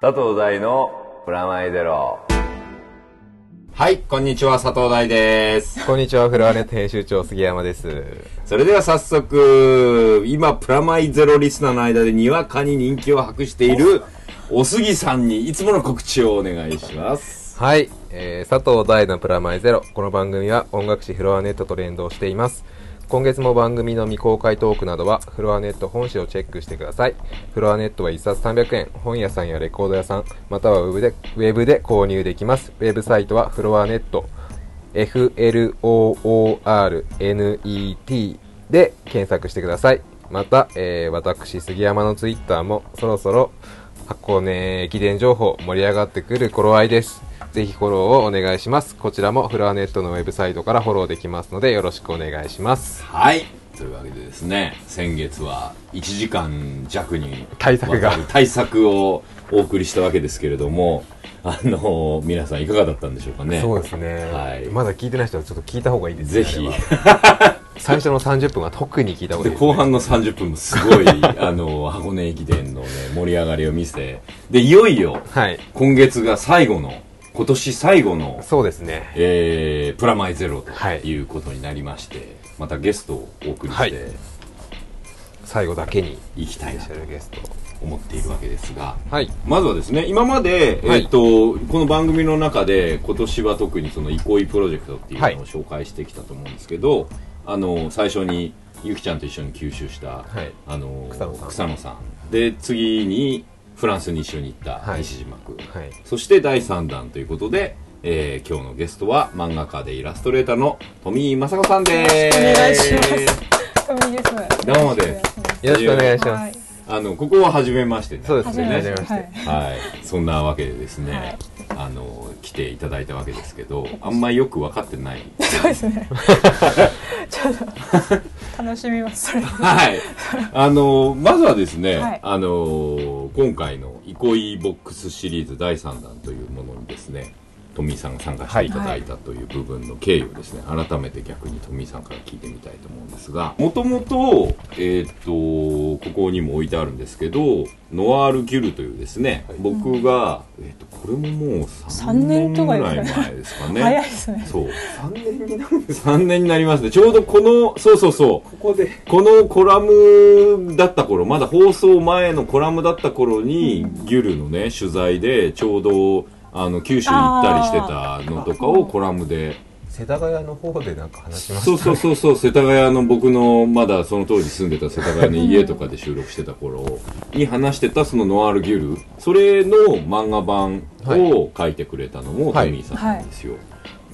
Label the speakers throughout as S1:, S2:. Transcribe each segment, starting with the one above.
S1: 佐藤大のプラマイゼロ。
S2: はい、こんにちは、佐藤大です。
S3: こんにちは、フロアネット編集長、杉山です。
S2: それでは早速、今、プラマイゼロリスナーの間でにわかに人気を博している、おすぎさんにいつもの告知をお願いします。
S3: はい、えー、佐藤大のプラマイゼロ。この番組は音楽誌フロアネットと連動しています。今月も番組の未公開トークなどは、フロアネット本誌をチェックしてください。フロアネットは1冊300円、本屋さんやレコード屋さん、またはウェブでウェブで購入できます。ウェブサイトはフロアネット、FLOORNET で検索してください。また、えー私、杉山のツイッターもそろそろ箱根駅伝情報盛り上がってくる頃合いです。ぜひフォローをお願いします。こちらもフロアネットのウェブサイトからフォローできますのでよろしくお願いします。
S2: はい。というわけでですね、先月は1時間弱に
S3: 対策が
S2: わたる対策をお送りしたわけですけれども、あの、皆さんいかがだったんでしょうかね。
S3: そうですね、
S2: はい
S3: まだ聞いてない人はちょっと聞いた方がいいです
S2: ぜ
S3: ね。
S2: ひ
S3: あれ。は最初の30分は特に聞いた方が
S2: で
S3: いいです、
S2: 後半の30分もす ごいあの箱根駅伝の、ね、盛り上がりを見せでいよいよ
S3: はい。
S2: 今月が最後の今年最後の、
S3: そうですね。
S2: えープラマイゼロ
S3: は
S2: と
S3: い
S2: いうことになりまして、またゲストをお送り
S3: は
S2: し
S3: い
S2: て
S3: 最後だけに、
S2: いきたいな
S3: スペシ
S2: と
S3: ャルゲスト。
S2: 思っているわけですが。
S3: はい。
S2: まずはですね、今まで、
S3: はい
S2: えっと、この番組の中で、今年は特にその、憩いプロジェクトっていう
S3: はい
S2: のを紹介してきたと思うんですけど、あの、最初に、ゆきちゃんと一緒に吸収した、
S3: はい
S2: あの、
S3: 草野さん
S2: さんで、次に、フランスに一緒に行った
S3: はい
S2: 西島君、
S3: はい。
S2: そして第3弾ということで、えー今日のゲストは漫画家でイラストレーターの富井雅子さんです。
S4: お願いし富井です。。
S2: どうもです
S3: よろしくお願いします。
S4: はい。
S2: あの、ここは初めましてね。
S3: そうです
S4: 初
S3: ね。
S4: めま
S3: はじめま
S4: し
S3: して
S4: て。はい
S2: はい、そんなわけでですね、
S4: はい
S2: あの来ていただいたわけですけどあんまりよく分かってない
S4: そうですね。ちょっと楽しみます。それで
S2: はいあのまずはですね、
S4: はい
S2: あの今回の「憩いボックス」シリーズ第3弾というものにですね富井さんが参加していただいたという部分の経緯をですね、改めて逆に富井さんから聞いてみたいと思うんですがもともと,、えーっとここにも置いてあるんですけどノワール・ギュルというですね、僕が、えーっとこれももう3年
S4: 三年
S2: ぐ
S4: とからです
S2: い
S4: かね
S2: 前ですかね。
S4: 早いですね。
S2: そう。3年になる ?3 年になりますね。ちょうどこの、そうそうそう。ここで。このコラムだった頃、まだ放送前のコラムだった頃に、ギュルのね、取材で、ちょうど、あの、九州行ったりしてたのとかをコラムで。
S3: 世田谷の方でなんか話しま
S2: そうそうそうそう、世田谷の僕の、まだその当時住んでた世田谷の家とかで収録してた頃に話してたそのノワールギュル、それの漫画版を書いてくれたのもト
S3: はい
S2: ミーさんなんですよ。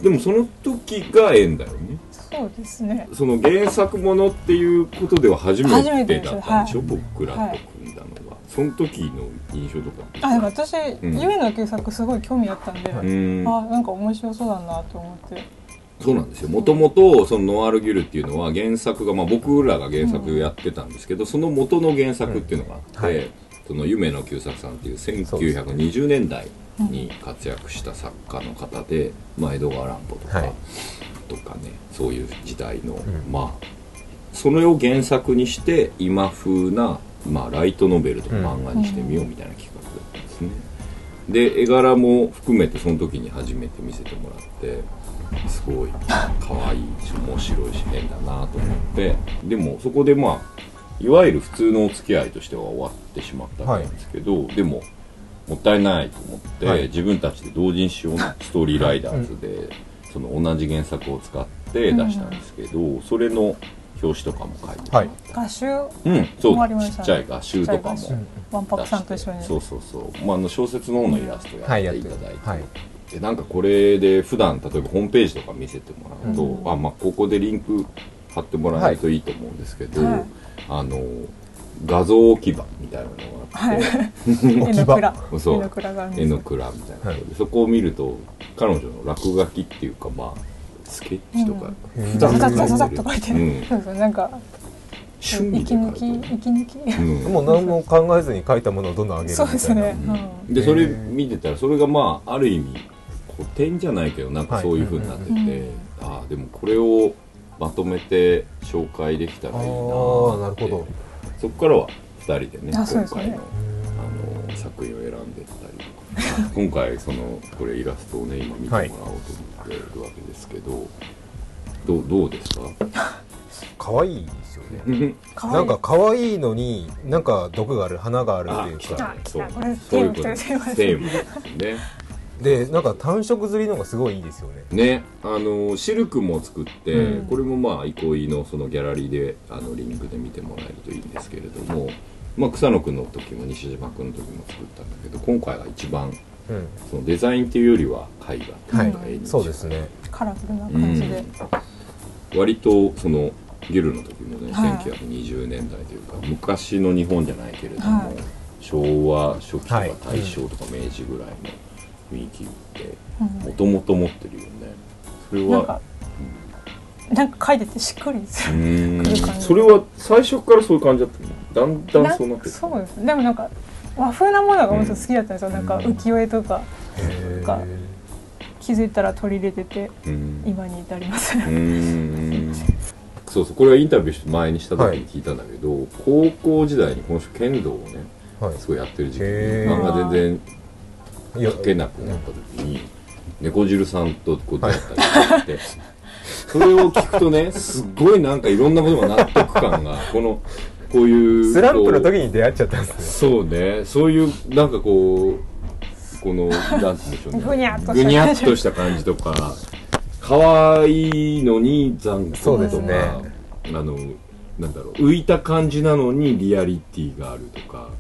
S2: でもその時が縁だよね。
S4: そうですね。
S2: その原作ものっていうことでは初
S4: 初
S2: め
S4: め
S2: て
S4: てです
S2: だったんでしょ、
S4: は
S2: 僕らと組んだのは、その時の印象とか
S4: あ、でも私、ゆ
S2: ん
S4: えの旧作すごい興味あったんで、
S2: うーん
S4: あ、なんか面白そうだなと思って。
S2: そうなんですよもともとそのノワール・ギュルっていうのは原作が、まあ、僕らが原作やってたんですけど、その元の原作っていうのがあって、
S3: うんはい
S2: その夢の久作さんっていう
S3: そうです
S2: 1920年代に活躍した作家の方で、まあ、江戸川乱歩とか、
S3: はい
S2: とかねそういう時代の、
S3: ん
S2: まあそれを原作にして今風な、まあ、ライトノベルとか漫画にしてみようみたいな企画だったんですね、で絵柄も含めてその時に初めて見せてもらってすごい可愛いし面白いし変だなと思ってでもそこでまあいわゆる普通のお付き合いとしては終わってしまったわけなんですけど、でももったいないと思って、
S3: はい
S2: 自分たちで同人誌をねストーリーライダーズで、その同じ原作を使って出したんですけど、それの表紙とかも書いて、
S3: はい。
S4: 画集、
S2: うん
S4: 終
S2: そう
S4: わり
S2: ち
S4: ました
S2: っちゃい画集とかも出
S4: ちっ
S2: し
S4: ち
S2: て
S4: ゃい画集ワンパクさんと一緒に。
S2: そうそうそう、まあ、あの小説の方のイラスト
S3: は
S2: や
S3: い、や
S2: っ
S3: ってて
S2: いただいて、
S3: はい。
S2: でなんかこれで普段例えばホームページとか見せてもらうと、
S4: うん
S2: あまあ、ここでリンク貼ってもらえるといいと思うんですけど、
S4: はい
S2: あの画像置き場みたいなのがあって、
S4: 絵の蔵。
S2: そう
S4: 絵の蔵があるんで
S2: 絵
S4: す
S2: の
S4: よ。
S2: 蔵みたいな、
S3: はい
S2: そこを見ると彼女の落書きっていうかまあスケッチとか、
S3: うん
S2: 普
S4: ザ
S2: 段描いて
S4: ザザザ
S2: る
S4: ザザッと書いてる。
S2: うん
S4: そうそう、なんか、
S2: 趣
S4: 息
S2: 味で描
S4: 抜
S2: い
S4: き、
S2: てる
S4: 息抜き。
S2: うん
S3: もう何も考えずに書いたものをどんどん上げるみた
S4: そ
S3: いな。
S4: うですね。
S2: う
S4: うんん
S2: でそれ見てたらそれがまあある意味古典じゃないけどなんかそういう風になってて、
S4: はいうんうんうん
S2: ああでもこれをまとめて紹介できたらいいな
S3: あ
S2: ー
S3: あ、なるほど。
S2: そこからは2人でね今
S4: あ
S2: 回
S4: そう
S2: の
S4: ですね
S2: あの作品を選んでったりとか今回そのこれイラストをね今見てもらおうと思ってやるわけですけど、どうどうですか
S3: 可愛いですよねなんか可愛いのになんか毒がある花があるっていう
S4: あ
S3: か
S4: 来た
S2: そう
S4: これ
S2: そういうこと
S4: テーマ来た
S2: テーマですね
S3: でなんか単色刷りのがすごいいいですよね
S2: ねあのシルクも作って、
S4: うん
S2: これもまあ憩いのそのギャラリーであのリンクで見てもらえるといいんですけれども、まあ、草野くんの時も西島くんの時も作ったんだけど今回は一番
S3: うん
S2: そのデザインっていうよりは絵画と
S3: はい
S2: いうか絵に
S3: そうですね
S4: カラフルな感じで、
S2: 割とそのギルの時もね、
S4: はい
S2: 1920年代というか昔の日本じゃないけれども、
S4: はい
S2: 昭和初期とか
S3: はい
S2: 大正とか明治ぐらいの雰囲気って
S4: うん
S2: もともと持ってるよねそれ
S4: なん
S2: は
S4: かなんか書いててしっくりす
S2: う
S4: る
S2: ー
S4: 来る感
S2: ん
S4: じ
S5: それは最初からそういう感じだったのだんだんそうなっ
S4: ん
S5: て
S4: か
S5: た
S4: そうですでもなんか和風なものがもっと好きだったんですよ、なんか浮世絵とか
S3: へ
S4: か
S3: ー
S4: 気づいたら取り入れてて
S2: うん
S4: 今に至ります
S2: うーんそうそうこれはインタビュー前にした時に聞いたんだけど、高校時代にこの人剣道をね
S3: はい
S2: すごいやってる時期に
S3: へー
S2: 漫画全然
S3: いや
S2: 書けなくなった時に猫汁さんとこう出会ったりとかして、それを聞くとねすっごいなんかいろんなものが納得感がこのこういう
S3: スランプの
S2: こう
S3: 時に出会っちゃったんですね
S2: そうねそういうなんかこうこのなんて言うんでしょうね
S4: ぐにゃっとした
S2: ぐにゃっとした感じとか可愛いのに残酷
S3: そうで
S2: と
S3: す
S2: か、
S3: ね
S2: あのなんだろう浮いた感じなのにリアリティがあるとか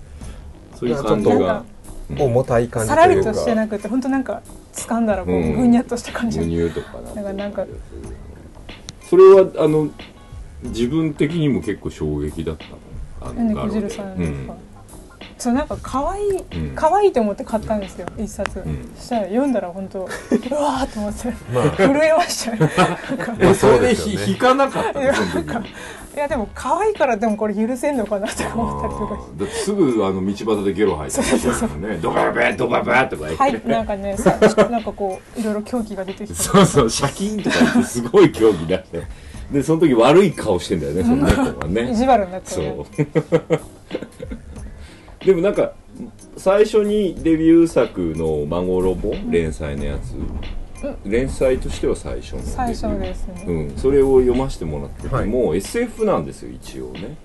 S2: そういう感じ
S4: なん
S2: が
S4: か
S2: うん
S3: 重たい感じ
S4: さ
S3: と
S4: ら
S3: い
S4: り
S3: うか
S4: としてなくて本当なんか掴んだらこう
S2: うん
S4: ぐにゃっとした感じ、
S2: 輸入とかな
S4: だからなんか
S2: それはあの自分的にも結構衝撃だったのあの
S4: 猫汁さん
S2: う
S4: です
S2: ん
S4: か、そうなんか可愛い
S2: うん
S4: 可愛いと思って買ったんですよ一冊、
S2: ん
S4: そしたら読んだら本当うわーと思って
S3: まあ
S4: 震えまし たよ
S2: えそれで
S3: そうですよね
S2: ひ引かなかったのその時
S4: いやでも可愛いからでもこれ許せんのかなとか思ったりとかして
S2: だってすぐあの道端でゲロ吐いてましたもんねドババドババとか言って、
S4: はいなんかねさなんかこういろいろ狂気が出てきた
S2: そうそうシャキンとか言ってすごい狂気出してでその時悪い顔してんだよねその猫が
S4: 意
S2: ね
S4: 地悪になった
S2: そ
S4: ね
S2: うでもなんか最初にデビュー作の「まごろぼ」連載のやつ、連載としては最初のデビュー
S4: 最初ですね、
S2: うん、それを読ませてもらってて、
S3: はい
S2: もう SF なんですよ一応ね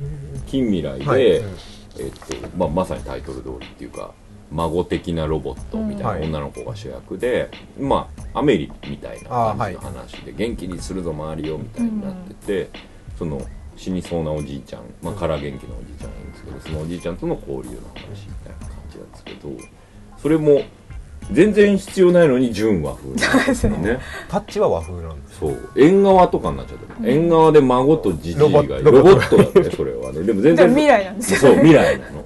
S2: 近未来で、
S3: はい
S2: えっ
S3: うん
S2: とまあ、まさにタイトル通りっていうか孫的なロボットみたい
S3: うん
S2: な女の子が主役で、まあアメリみたいな感じの話で、元気にするぞ周りをみたいになってて、その死にそうなおじいちゃん、まあ、から元気なおじいちゃんがいるんですけどそのおじいちゃんとの交流の話みたいな感じなんですけどそれも全然必要ないのに純和風なんですよ ね。
S3: タッチは和風なんです
S2: そう縁側とかになっちゃった、縁側で孫とじじいが
S3: ロ
S2: ロボ
S3: ボ
S2: ットだったねそれはねでも全
S4: で
S2: 然
S4: も未来なんですよ
S2: そう未来なの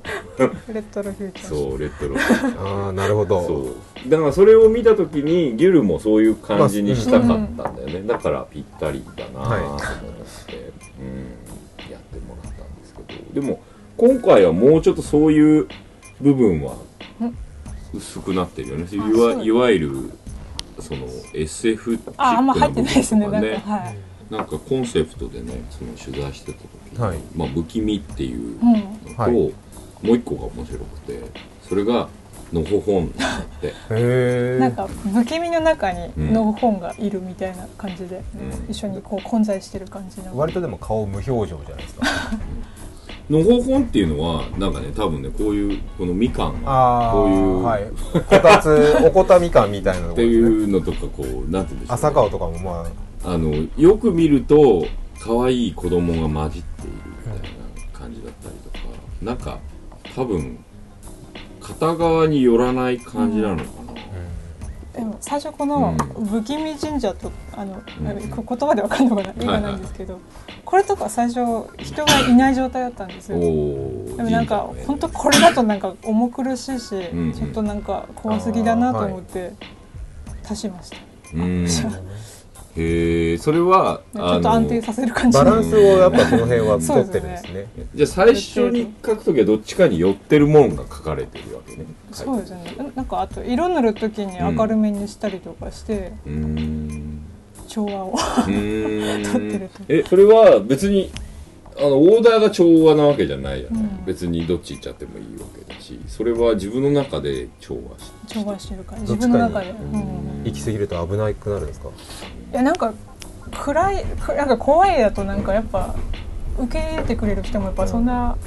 S4: レトロフューチャー
S2: そうレッドロ
S3: ああなるほど
S2: そうだからそれを見た時にギュルもそういう感じにしたかったんだよね、だからぴったりだなと思って、うんやってもらったんですけどでも今回はもうちょっとそういう部分は薄くなってるよねい
S4: そう
S2: わいわゆるその SF チック
S4: ああんま
S2: な部
S4: 入って
S2: 分
S4: ないですね
S2: と
S4: な
S2: か
S4: んかはい、
S2: なんかコンセプトでねその取材してた時に、
S3: はい
S2: まあ、不気味っていう
S4: う
S2: の
S4: ん
S2: と、
S3: はい
S2: もう一個が面白くてそれがのほほんだって、
S3: へ
S4: なん
S3: え
S4: か不気味の中にの本がいるみたいな感じで、
S2: うん
S4: 一緒にこう混在してる感じの
S3: 割とでも顔無表情じゃないですか
S2: のほほんっていうのはなんかね多分ねこういうこのみかんがこういう、
S3: はいこたつおこたみかんみたいなと
S2: っ
S3: こ
S2: て
S3: ろですね
S2: いうのとかこうなんて言うんでしょうね、
S3: 朝顔とかもま
S2: あのよく見ると可愛い子供が混じっているみたいな感じだったりとかなんか多分片側に寄らない感じなのかな、
S4: でも最初この
S2: う
S4: 不気味神社とあの、
S2: うん
S4: あのこ 言葉でわかんのかな意味がないんですけど、これとか最初人がいない状態だったんです
S2: お
S4: よ
S2: ー
S4: でもなんか
S2: 神社の絵
S4: 本当これだとなんか重苦しいし、
S2: ん
S4: ちょっとなんか怖すぎだなと思って足しました、
S2: うんへえそれは
S4: ちょっと
S2: あの
S4: 安定させる感
S3: あ
S4: じ
S3: バ
S4: の
S3: ランスをやっぱこの辺は取ってるんですね
S2: じゃあ最初に書くときはどっちかに寄ってるもんが書かれてるわけね
S4: そうですすねななんかあと色塗る時に明るめにしたりとかして、
S2: うーん
S4: 調和を
S2: うーん
S4: 撮ってると
S2: えそれは別にあのオーダーが調和なわけじゃないじゃない、
S4: うん
S2: 別にどっち行っちゃってもいいわけだしそれは自分の中で調和して
S4: 調和してるから
S3: ど
S4: 自
S3: っちかに
S4: 分の中で、うんい
S3: 行き過ぎると危なくなるんですか
S4: やなんか暗いくなんか怖いだとなんかやっぱ受け入れてくれる人もやっぱそんな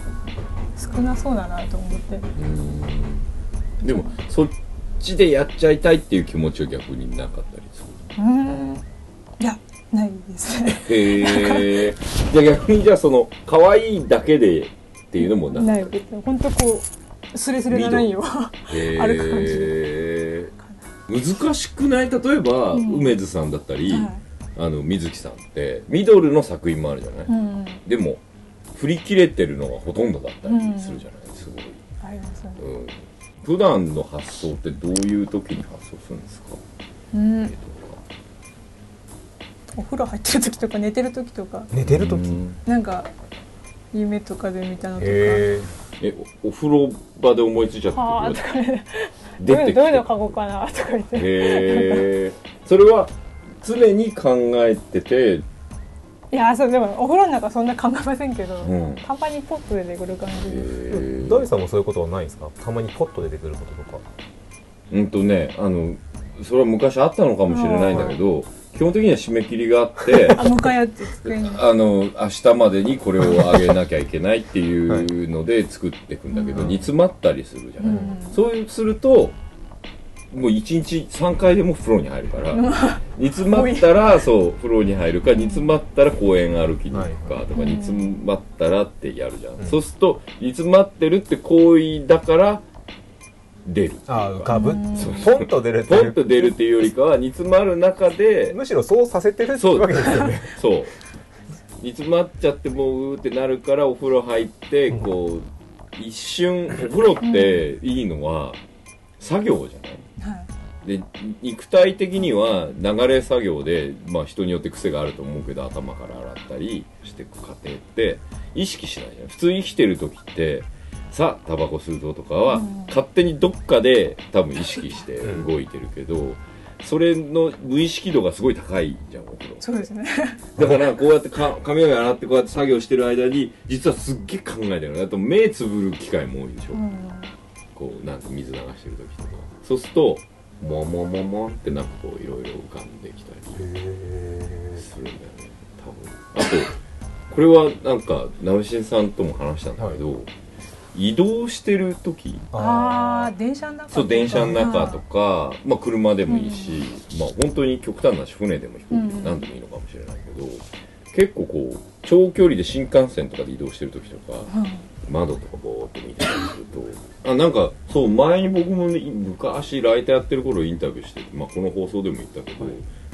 S4: 少なそうだなと思って
S2: うんでもそっちでやっちゃいたいっていう気持ちは逆になかったりする
S4: うんいやないですね
S2: へ えじゃあ逆にじゃあその可愛いだけでっていうのもな
S4: ない本当こうスレスレなラインを
S2: へ
S4: ある感じ
S2: え難しくない例えば、
S4: うん
S2: 梅津さんだったり、
S4: はい
S2: あの水木さんってミドルの作品もあるじゃない、
S4: うん
S2: でも振り切れてるのがほとんどだったりするじゃない、すごい、
S4: ありますね
S2: うん、普段の発想ってどういう時に発想するんですか、
S4: うん
S2: えっと
S4: お風呂入ってる時とか寝てる時とか
S3: 寝てる時
S2: うん
S4: なんか夢とかで見たのとか
S3: へえ
S2: えおお風呂場で思いついちゃ
S4: はあ
S2: っ
S4: と
S2: た
S4: かね
S2: 時出
S4: どうい
S2: て
S4: う
S2: き
S4: どうい
S2: て
S4: うの書こうかなとか言って
S2: へえそれは常に考えてて
S4: いやそうでもお風呂の中そんな考えませんけど、
S2: うん
S4: たまにポッと出てくる感じで、
S2: え
S3: ダイさんもそういうことはないんですかたまにポッと出てくることとか
S2: うんとねあのそれは昔あったのかもしれないんだけど基本的には締め切りがあって
S4: あ向かい合って机に
S2: あの明日までにこれをあげなきゃいけないっていうので作っていくんだけど、
S3: はい
S2: 煮詰まったりするじゃ
S4: う
S2: ない、
S4: ん
S2: そういうするともう1日3回でも風呂に入るから煮詰まったらそう風呂に入るか煮詰まったら公園歩きに行く
S3: は
S2: か
S3: い
S2: と
S4: う
S2: か
S4: ん
S2: 煮詰まったらってやるじゃん、
S3: うん
S2: そうすると煮詰まってるって行為だから出る
S3: あ浮かぶ
S4: うん
S3: ポンと出るって
S2: ポ
S3: い
S2: ンと
S3: う
S2: 出るっていうよりかは煮詰まる中 で
S3: むしろそうさせてるってわけですよね
S2: そう煮詰まっちゃってもううーってなるからお風呂入ってこう一瞬お風呂っていいのは作業じゃない
S4: はい
S2: で肉体的には流れ作業で、まあ、人によって癖があると思うけど頭から洗ったりしていく過程って意識しないじゃん普通生きてる時ってさあタバコ吸うぞとかは、
S4: うん
S2: 勝手にどっかで多分意識して
S3: うん
S2: 動いてるけど、それの無意識度がすごい高いじゃんお風呂
S4: そうですね
S2: だからこうやってか髪の毛洗ってこうやって作業してる間に実はすっげえ考えてるのあと目つぶる機会も多いでしょ、
S4: うん
S2: こうなんか水流してる時とかそうするとももももってなんかこういろいろ浮かんできたりするんだよね多分あとこれはなんか直しさんとも話したんだけど、移動してる時
S4: ああ電車の中
S2: そう電車の中と
S4: か
S2: か、まあ、車でもいいし、まあ本当に極端なし船でも飛行機でも
S4: うん
S2: 何でもいいのかもしれないけど、結構こう長距離で新幹線とかで移動してる時とか、窓とかボーっと見てたりするとあなんかそう前に僕もね昔ライターやってる頃インタビューしてて、まあ、この放送でも言ったけど、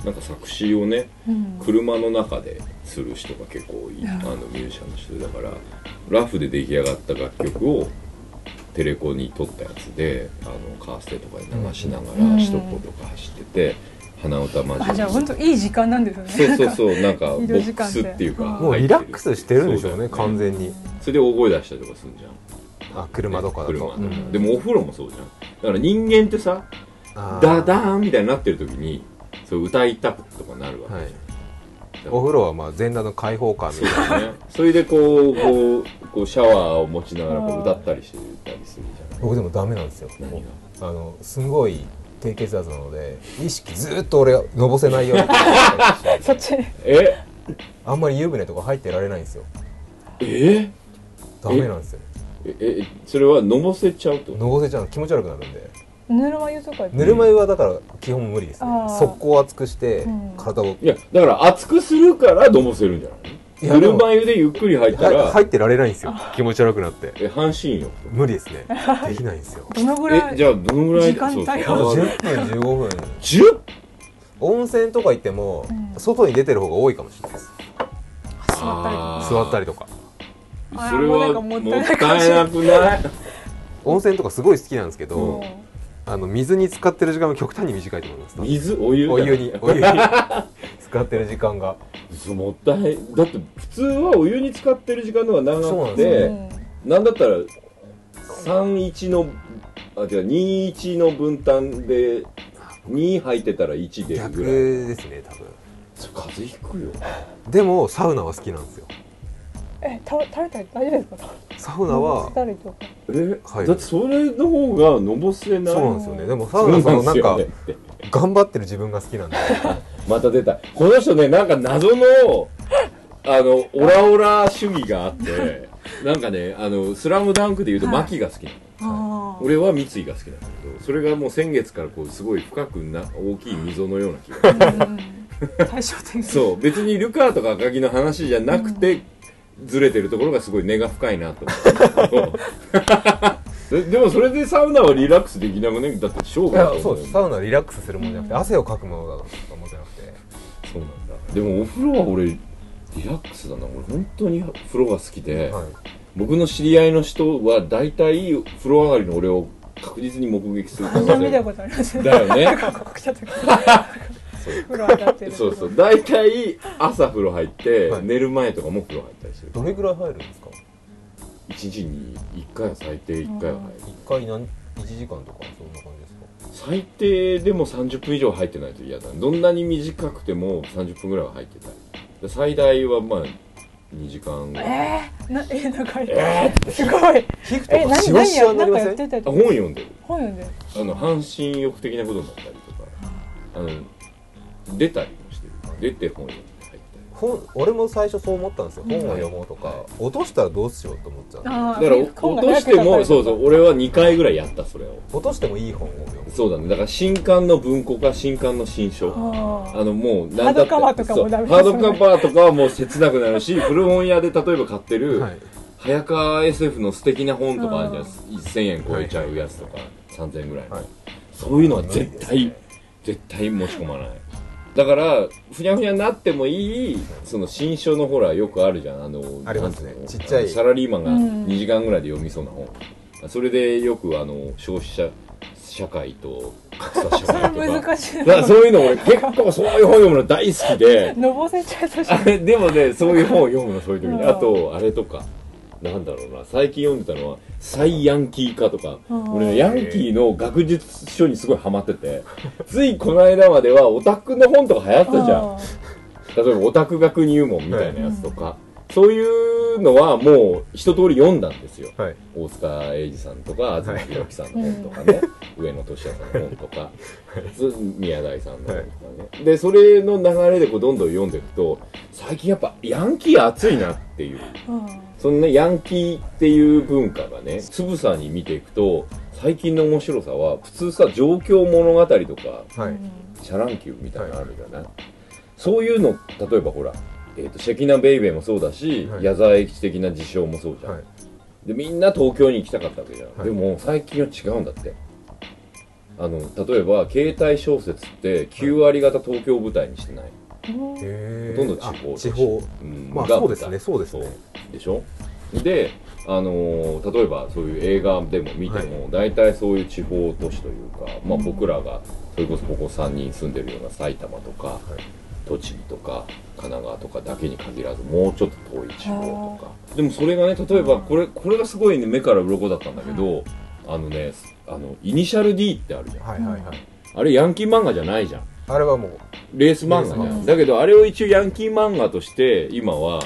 S2: なんか作詞をね
S4: うん、うん
S2: 車の中でする人が結構多い
S4: うん
S2: あのミュージシャンの人でだからラフで出来上がった楽曲をテレコに撮ったやつであのカーステとかに流しなが
S4: う
S2: ら
S4: ん
S2: 首都高とか走ってて鼻歌混じ
S4: あじゃあ本
S2: り
S4: 当いい時間なんですよね
S2: そうそうそうなんかボ
S4: 移動時
S2: ッ
S4: 間
S2: ク
S4: っ
S2: ス
S4: て
S2: っていうか
S4: うん
S3: もうリラックスしてるんでしょうね
S2: そうだよ
S3: 完全に
S2: それで大声出したりとかするじゃん
S3: あ車とかだ
S2: 車
S3: と、
S2: とか
S4: うん
S2: でもお風呂もそうじゃんだから人間ってさ
S3: あー
S2: ダダーンみたいになってる時にそう歌いたくとかなるわけ
S3: はい
S2: じゃん、
S3: お風呂はまあ全裸の開放感みたいな
S2: ねそれでこうこうこうシャワーを持ちながらこう歌ったりしてたりするじゃない
S3: 僕でもダメなんですよ
S2: 何が
S3: あのすごい低血圧なので意識ずーっと俺がのぼせない ように
S4: そっち
S2: え
S3: あんまり湯船とか入ってられないんですよ
S2: え
S3: ダメなんですよ
S2: ええそれはのぼせちゃうってこと
S3: のぼせちゃうの気持ち悪くなるんで
S4: ぬるま湯とか
S3: ぬるま湯はだから基本無理ですね
S4: あー
S3: 速攻熱くして
S4: うん
S3: 体を
S2: いやだから熱くするからのぼせるんじゃ
S3: い
S2: な
S3: や
S2: いの
S3: で
S2: ぬ
S3: も
S2: るま湯でゆっくり入った
S3: は
S2: ら
S3: 入ってられないんですよ気持ち悪くなって
S2: え半身浴とか
S3: 無理です ねできないんですよ
S4: どのぐら
S2: え
S4: い
S2: じゃあどのぐらい
S4: 時間帯
S2: そう
S3: あ
S2: そう
S3: 10分15分
S2: 10
S3: 温泉とか行っても
S4: うん
S3: 外に出てる方が多いかもしれないです
S4: 座ったりとか
S3: 座ったりとか
S4: あー
S2: それ
S4: もうなん
S2: は
S4: か
S2: も
S4: も
S2: っ
S4: ったた
S2: い
S4: い
S2: な
S4: ないかもしれない
S2: くない
S3: 温泉とかすごい好きなんですけど、
S2: うん
S3: あの水に使ってる時間が極端に短いと思います
S2: 水お湯
S3: お湯 にお湯に使ってる時間が
S2: そうもったいだって普通はお湯に使ってる時間の方が
S3: そ
S2: 長
S3: うな
S2: く
S3: んです
S2: て
S3: よ
S4: うん
S2: なんだったら31のあ違う21の分担で2入ってたら1でぐ
S3: 逆
S2: らい
S3: ですね多分
S2: それ風邪ひくよ
S3: でもサウナは好きなんですよ
S4: え食べ食べたり大丈夫ですか
S3: サウナは
S4: 食べたりとか
S2: え、
S3: はい
S2: だってそれの方がのぼせない
S3: そうなんですよねでもサウナそのなんか
S2: か
S3: 頑張ってる自分が好きなんで
S2: また出たこの人ねなんか謎のあのオラオラ主義があって
S6: なんかね、あの、スラムダンクで言うと、
S4: はい
S6: マキが好きなの。
S4: あー
S6: 俺は三井が好きなんだけど、それがもう先月からこう、すごい深くな、大きい溝のような気 が。
S4: うん対照的
S6: そう、別にルカーとか赤木の話じゃなくて、ずれてるところがすごい根が深いな と思って
S2: ででもそれでサウナはリラックスできなくねだって生
S3: い
S2: 涯だ
S3: や
S2: もん
S3: そうですサウナリラックスするものじゃなくて汗をかくものだと思ってなくて
S6: そうなんだ。
S2: でもお風呂は俺リラックスだな俺本当に風呂が好きで、
S3: はい
S2: 僕の知り合いの人は大体風呂上がりの俺を確実に目撃する
S4: みんな見たことありますよね
S2: だよね
S4: なんかここ来た時風呂上がってる
S2: そうそう大体朝風呂入って、
S3: はい
S2: 寝る前とかも風呂入ったりする
S3: どれぐらい入るんですか
S2: 1日に1回は最低1回は入る
S3: 一回何1時間とかそんな感じですか
S2: 最低でも30分以上入ってないと嫌だどんなに短くても30分ぐらいは入ってたいで最大はまあ2時間ぐらい、
S4: えー、なえなんか、すごい
S3: 皮膚と
S4: え
S3: か
S4: 何
S3: シワ
S4: 何
S3: シワ
S4: や
S3: にな
S4: な
S3: り
S4: ん
S3: ま
S4: か
S3: せ
S4: や
S3: ん
S4: ってた
S2: あ本読んでる
S4: 本読んでる
S2: あの半身浴的なことになったりとかあの出たりもしてる出て本読んで入ったり
S3: 本俺も最初そう思ったんですよ本を読もうとか落としたらどうしようと思っちゃう
S4: あ
S2: だ
S4: あ
S2: から落としてもそうそう俺は2回ぐらいやったそれを
S3: 落としてもいい本を読む
S2: そうだねだから新刊の文庫か新刊の新書
S4: あ
S2: あのもう何だって
S4: ハードカバーとかもダメ
S2: そうハードカバーとかはもう切なくなる し古本屋で例えば買ってる、
S3: はい
S2: 早川 SF の素敵な本とかあるじゃん
S4: うん
S2: 1000円超えちゃうやつとか3000円ぐらいの、
S3: はい
S2: そういうのは絶
S3: 無理
S2: 対絶対持ち込まないだからふにゃふにゃになってもいいその新書のほらよくあるじゃんあの
S3: あります
S2: な
S3: ね
S2: んていう
S3: ち
S2: の
S3: っちゃい
S2: あのサラリーマンが
S4: うん
S2: 2時間ぐらいで読みそうな本、それでよくあの消費者社会と格差社会
S4: そ
S2: と
S4: れ
S2: か
S4: 難しい
S2: だからそういうの俺結構そういう本読むの大好きで
S4: のぼせちゃいそうし
S2: あれでもねそういう本を読むのそういう時に
S4: うん
S2: あとあれとかなんだろうな最近読んでたのは「サイ・ヤンキー化」とか
S4: うん
S2: 俺ねヤンキーの学術書にすごいハマっててついこの間まではオタクの本とか流行ったじゃん例えばオタク学入門みたいなやつとかそういうのはもう一通り読んだんですよ
S3: はい
S2: 大塚英二さんとか東博樹さんの本とかね、上野俊哉さんの本とか、そう宮台さんの本とかね、でそれの流れでこうどんどん読んでいくと最近やっぱヤンキー熱いなっていうそのねヤンキーっていう文化がねつぶさに見ていくと最近の面白さは普通さ状況物語とか
S3: はい
S2: シャランキューみたいなのあるじゃない、そういうの例えばほら、えー、とシェキナ・ベイベーもそうだし、
S3: はい
S2: 矢沢永吉的な事象もそうじゃん、
S3: はい
S2: でみんな東京に行きたかったわけじゃん、
S3: はい
S2: でも最近は違うんだってあの例えば携帯小説って9割方東京を舞台にしてない、ほ
S3: ほ
S2: とんど地方
S3: 地方
S2: うん
S3: まあ
S2: が
S3: そうですねそうですね
S2: そうでしょであのー例えばそういう映画でも見ても、大体そういう地方都市というか、まあ、僕らがそれこそここ3人住んでるような埼玉とか、栃木とか神奈川とかだけに限らずもうちょっと遠い地方とかでもそれがね例えばこれこれがすごいね目から鱗だったんだけどあのねあのイニシャル D ってあるじゃん
S3: はいはいはい
S2: あれヤンキー漫画じゃないじゃん
S3: あれはもう
S2: レース漫画じ
S3: レー
S2: ゃ
S3: ス
S2: んだけどあれを一応ヤンキー漫画として今は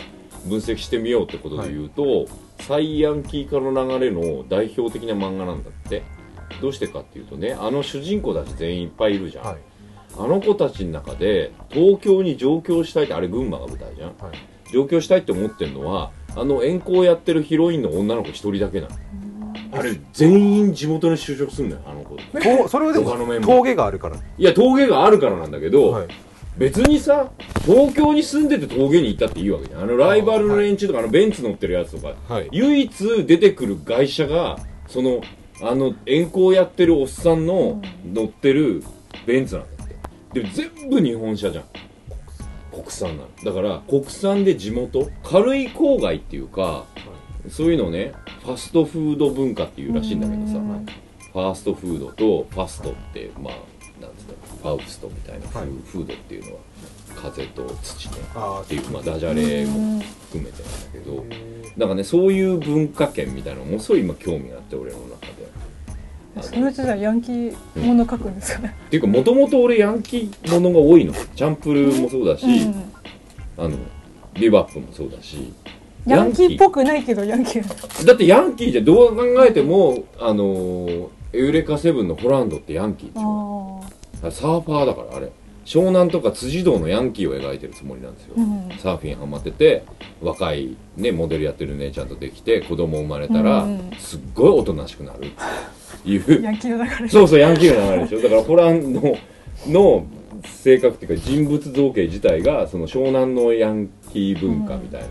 S2: 分析してみようってことで言うと、最ヤンキー化の流れの代表的な漫画なんだってどうしてかっていうとねあの主人公たち全員いっぱいいるじゃん、
S3: はい
S2: あの子たちの中で東京に上京したいってあれ群馬が舞台じゃん
S3: はい
S2: 上京したいって思ってるのはあの遠行やってるヒロインの女の子一人だけなのあれ全員地元に就職するんだよあの子
S3: とそれはで
S2: 他の面
S3: も
S2: も
S3: 峠があるから
S2: いや峠があるからなんだけど、
S3: はい
S2: 別にさ東京に住んでて峠に行ったっていいわけじゃんあのライバルの連中とかあのベンツ乗ってるやつとか、
S3: はい
S2: 唯一出てくる外車がそのあの遠行やってるおっさんの乗ってるベンツなんだってで全部日本車じゃん国産なのだから国産で地元軽い郊外っていうかそういうのねファストフード文化っていうらしいんだけどさファーストフードとファストってまあなんつうのファウストみたいなフ,、
S3: はい
S2: フードっていうのは風と土ね
S3: ああ
S2: っていう、まあ、ダジャレも含めてなんだけどなんかねそういう文化圏みたいなのもすごい今興味があって俺の中で。
S4: そのうちじゃあヤンキーもの書くんですかね
S2: っていうかもともと俺ヤンキーものが多いのチャンプルーもそうだし、
S4: うん
S2: あのビバップもそうだし
S4: ヤンキーっぽくないけどヤンキー
S2: だってヤンキーじゃどう考えてもあのーエウレカセブンのホランドってヤンキーでしょ
S4: ああ
S2: あサーファーだからあれ湘南とか辻堂のヤンキーを描いてるつもりなんですよ、
S4: うん
S2: サーフィンハマってて若い、ね、モデルやってる姉ちゃんとできて子供生まれたら、
S4: うんうん
S2: すっごいおとなしくなるっていう
S4: ヤンキーの流れ
S2: そうそう、ヤンキーの流れでしょ。だから、ホランの、の性格っていうか、人物造形自体が、その湘南のヤンキー文化みたいな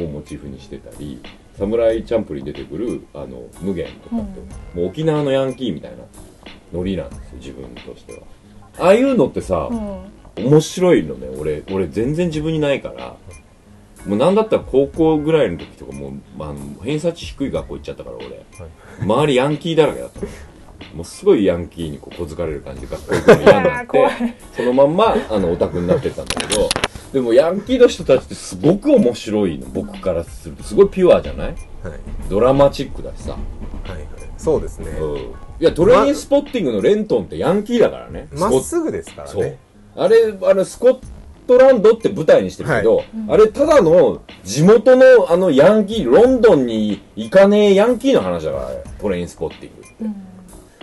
S2: のをモチーフにしてたり、サムライチャンプに出てくる、あの、無限とかって、もう沖縄のヤンキーみたいなノリなんですよ、自分としては。ああいうのってさ、
S4: うん
S2: 面白いのね、俺、俺全然自分にないから、もうなんだったら高校ぐらいの時とかもう、まああの、偏差値低い学校行っちゃったから俺、周りヤンキーだらけだったのもうすごいヤンキーにこう小づかれる感じで学校行くの嫌になっ
S4: あー怖
S2: てそのまんまあのオタクになってったんだけどでもヤンキーの人たちってすごく面白いの僕からするとすごいピュアじゃない
S3: はい
S2: ドラマチックだしさ、
S3: はいはいそうですね
S2: うん、いやトレインスポッティングのレントンってヤンキーだからね
S3: ま
S2: スコ
S3: っ
S2: ッ
S3: すぐですから
S2: そう
S3: ね。
S2: あれ、あの、スコットランドって舞台にしてるけど、あれ、ただの地元のあのヤンキー、ロンドンに行かねえヤンキーの話だから、あれトレインスポッティングって。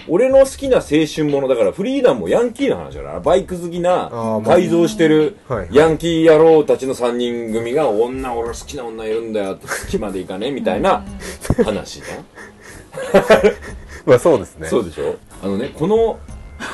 S2: 俺の好きな青春ものだから、フリーダムもヤンキーの話だから、バイク好き
S3: あ
S2: な
S3: ー、まあ
S2: 改造してる
S3: はい、はい
S2: ヤンキー野郎たちの3人組が、女、俺好きな女いるんだよって、好きまで行かねえみたいな話 だ。
S3: まあそうですね。
S2: そうでしょあのねこの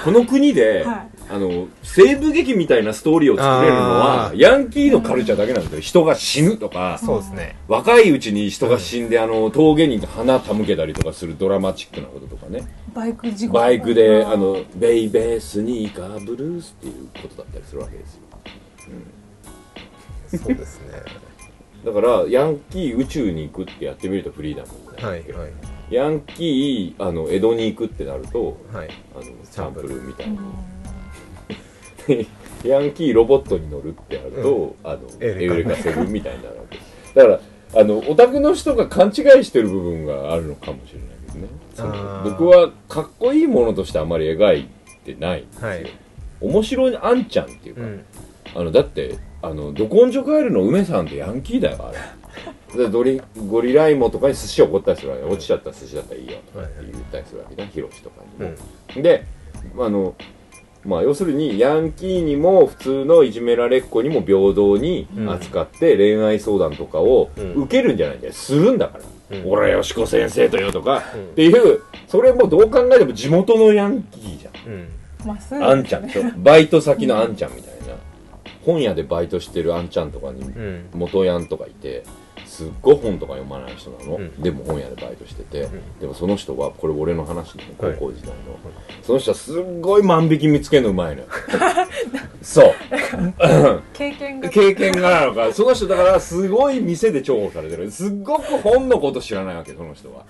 S2: この国で、
S4: はい
S2: あの西部劇みたいなストーリーを作れるのは
S3: あー
S2: ヤンキーのカルチャーだけなんですよ人が死ぬとか
S3: そうですね。
S2: 若いうちに人が死んで、あの峠に花手向けたりとかするドラマチックなこととかね
S4: バイク事故
S2: バイクで「あのベイベースニーカーブルース」っていうことだったりするわけですよ
S3: そうですね。
S2: だからヤンキー宇宙に行くってやってみるとフリーダムになる、
S3: はいはい
S2: ヤンキーあの江戸に行くってなると
S3: はい。
S2: あのサンプルみたいなで ヤンキーロボットに乗るってやると、あの
S3: エ
S2: エ
S3: ウレ
S2: ウ
S3: カ
S2: レカセブンみたいになるわけだからあのオタクの人が勘違いしてる部分があるのかもしれないけどねそ
S3: あ
S2: の
S3: ー
S2: 僕はかっこいいものとしてあまり描いてない
S3: はい。
S2: 面白いあんちゃんっていうか、
S3: うん。
S2: あのだってあのど根性帰るの梅さんってヤンキーだよあれでドリゴリライモとかに寿司を怒ったりするわけ落ちちゃったら寿司だったらいいよとかって言ったりするわけだヒロシとかにも、
S3: うん
S2: であのまあ要するにヤンキーにも普通のいじめられっ子にも平等に扱って恋愛相談とかを
S3: うん
S2: 受けるんじゃないんだよするんだから、
S3: うん
S2: 俺はよしこ先生とよとか、
S3: うん
S2: っていうそれもどう考えても地元のヤンキーじゃん
S3: うん。
S4: まっすぐ
S2: あんちゃんでしょバイト先のあんちゃんみたいな本屋でバイトしてるあんちゃんとかに
S3: うん。
S2: 元ヤンとかいてすっごい本とか読まない人なの、
S3: うん
S2: でも本屋でバイトしてて、
S3: ん
S2: でもその人はこれ俺の話ね高
S3: はい
S2: 校時代の、その人はすっごい万引き見つけるのうまい のよそう
S4: 経験が
S2: 経験がなのかその人だからすごい店で重宝されてるすっごく本のこと知らないわけその人は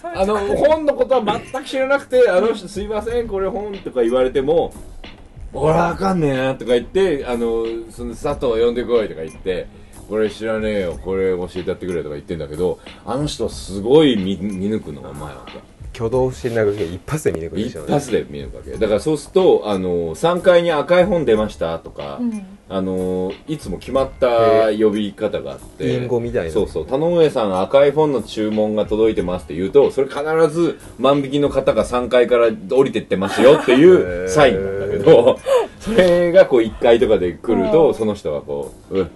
S4: それ
S2: あの本のことは全く知らなくて「あの人すいませんこれ本」とか言われても「俺わかんねえな」とか言って「あのその佐藤呼んでこい」とか言って「これ知らねえよこれ教えてやってくれ」とか言ってんだけどあの人はすごい見見抜くのがうまいわけ。
S3: 挙動不審な動きが一発で見抜くで
S2: 一
S3: しょうね。
S2: 発で見えるわけだからそうするとあの3階に赤い本出ましたとか、
S4: うん
S2: あのいつも決まった呼び方があって
S3: リンゴみたいな
S2: そうそう田上さん赤い本の注文が届いてますって言うとそれ必ず万引きの方が3階から降りてってますよってい
S3: へー
S2: うサインなんだけ どそれがこう1階とかで来る
S4: う
S2: と
S4: ん
S2: その人はこう「うん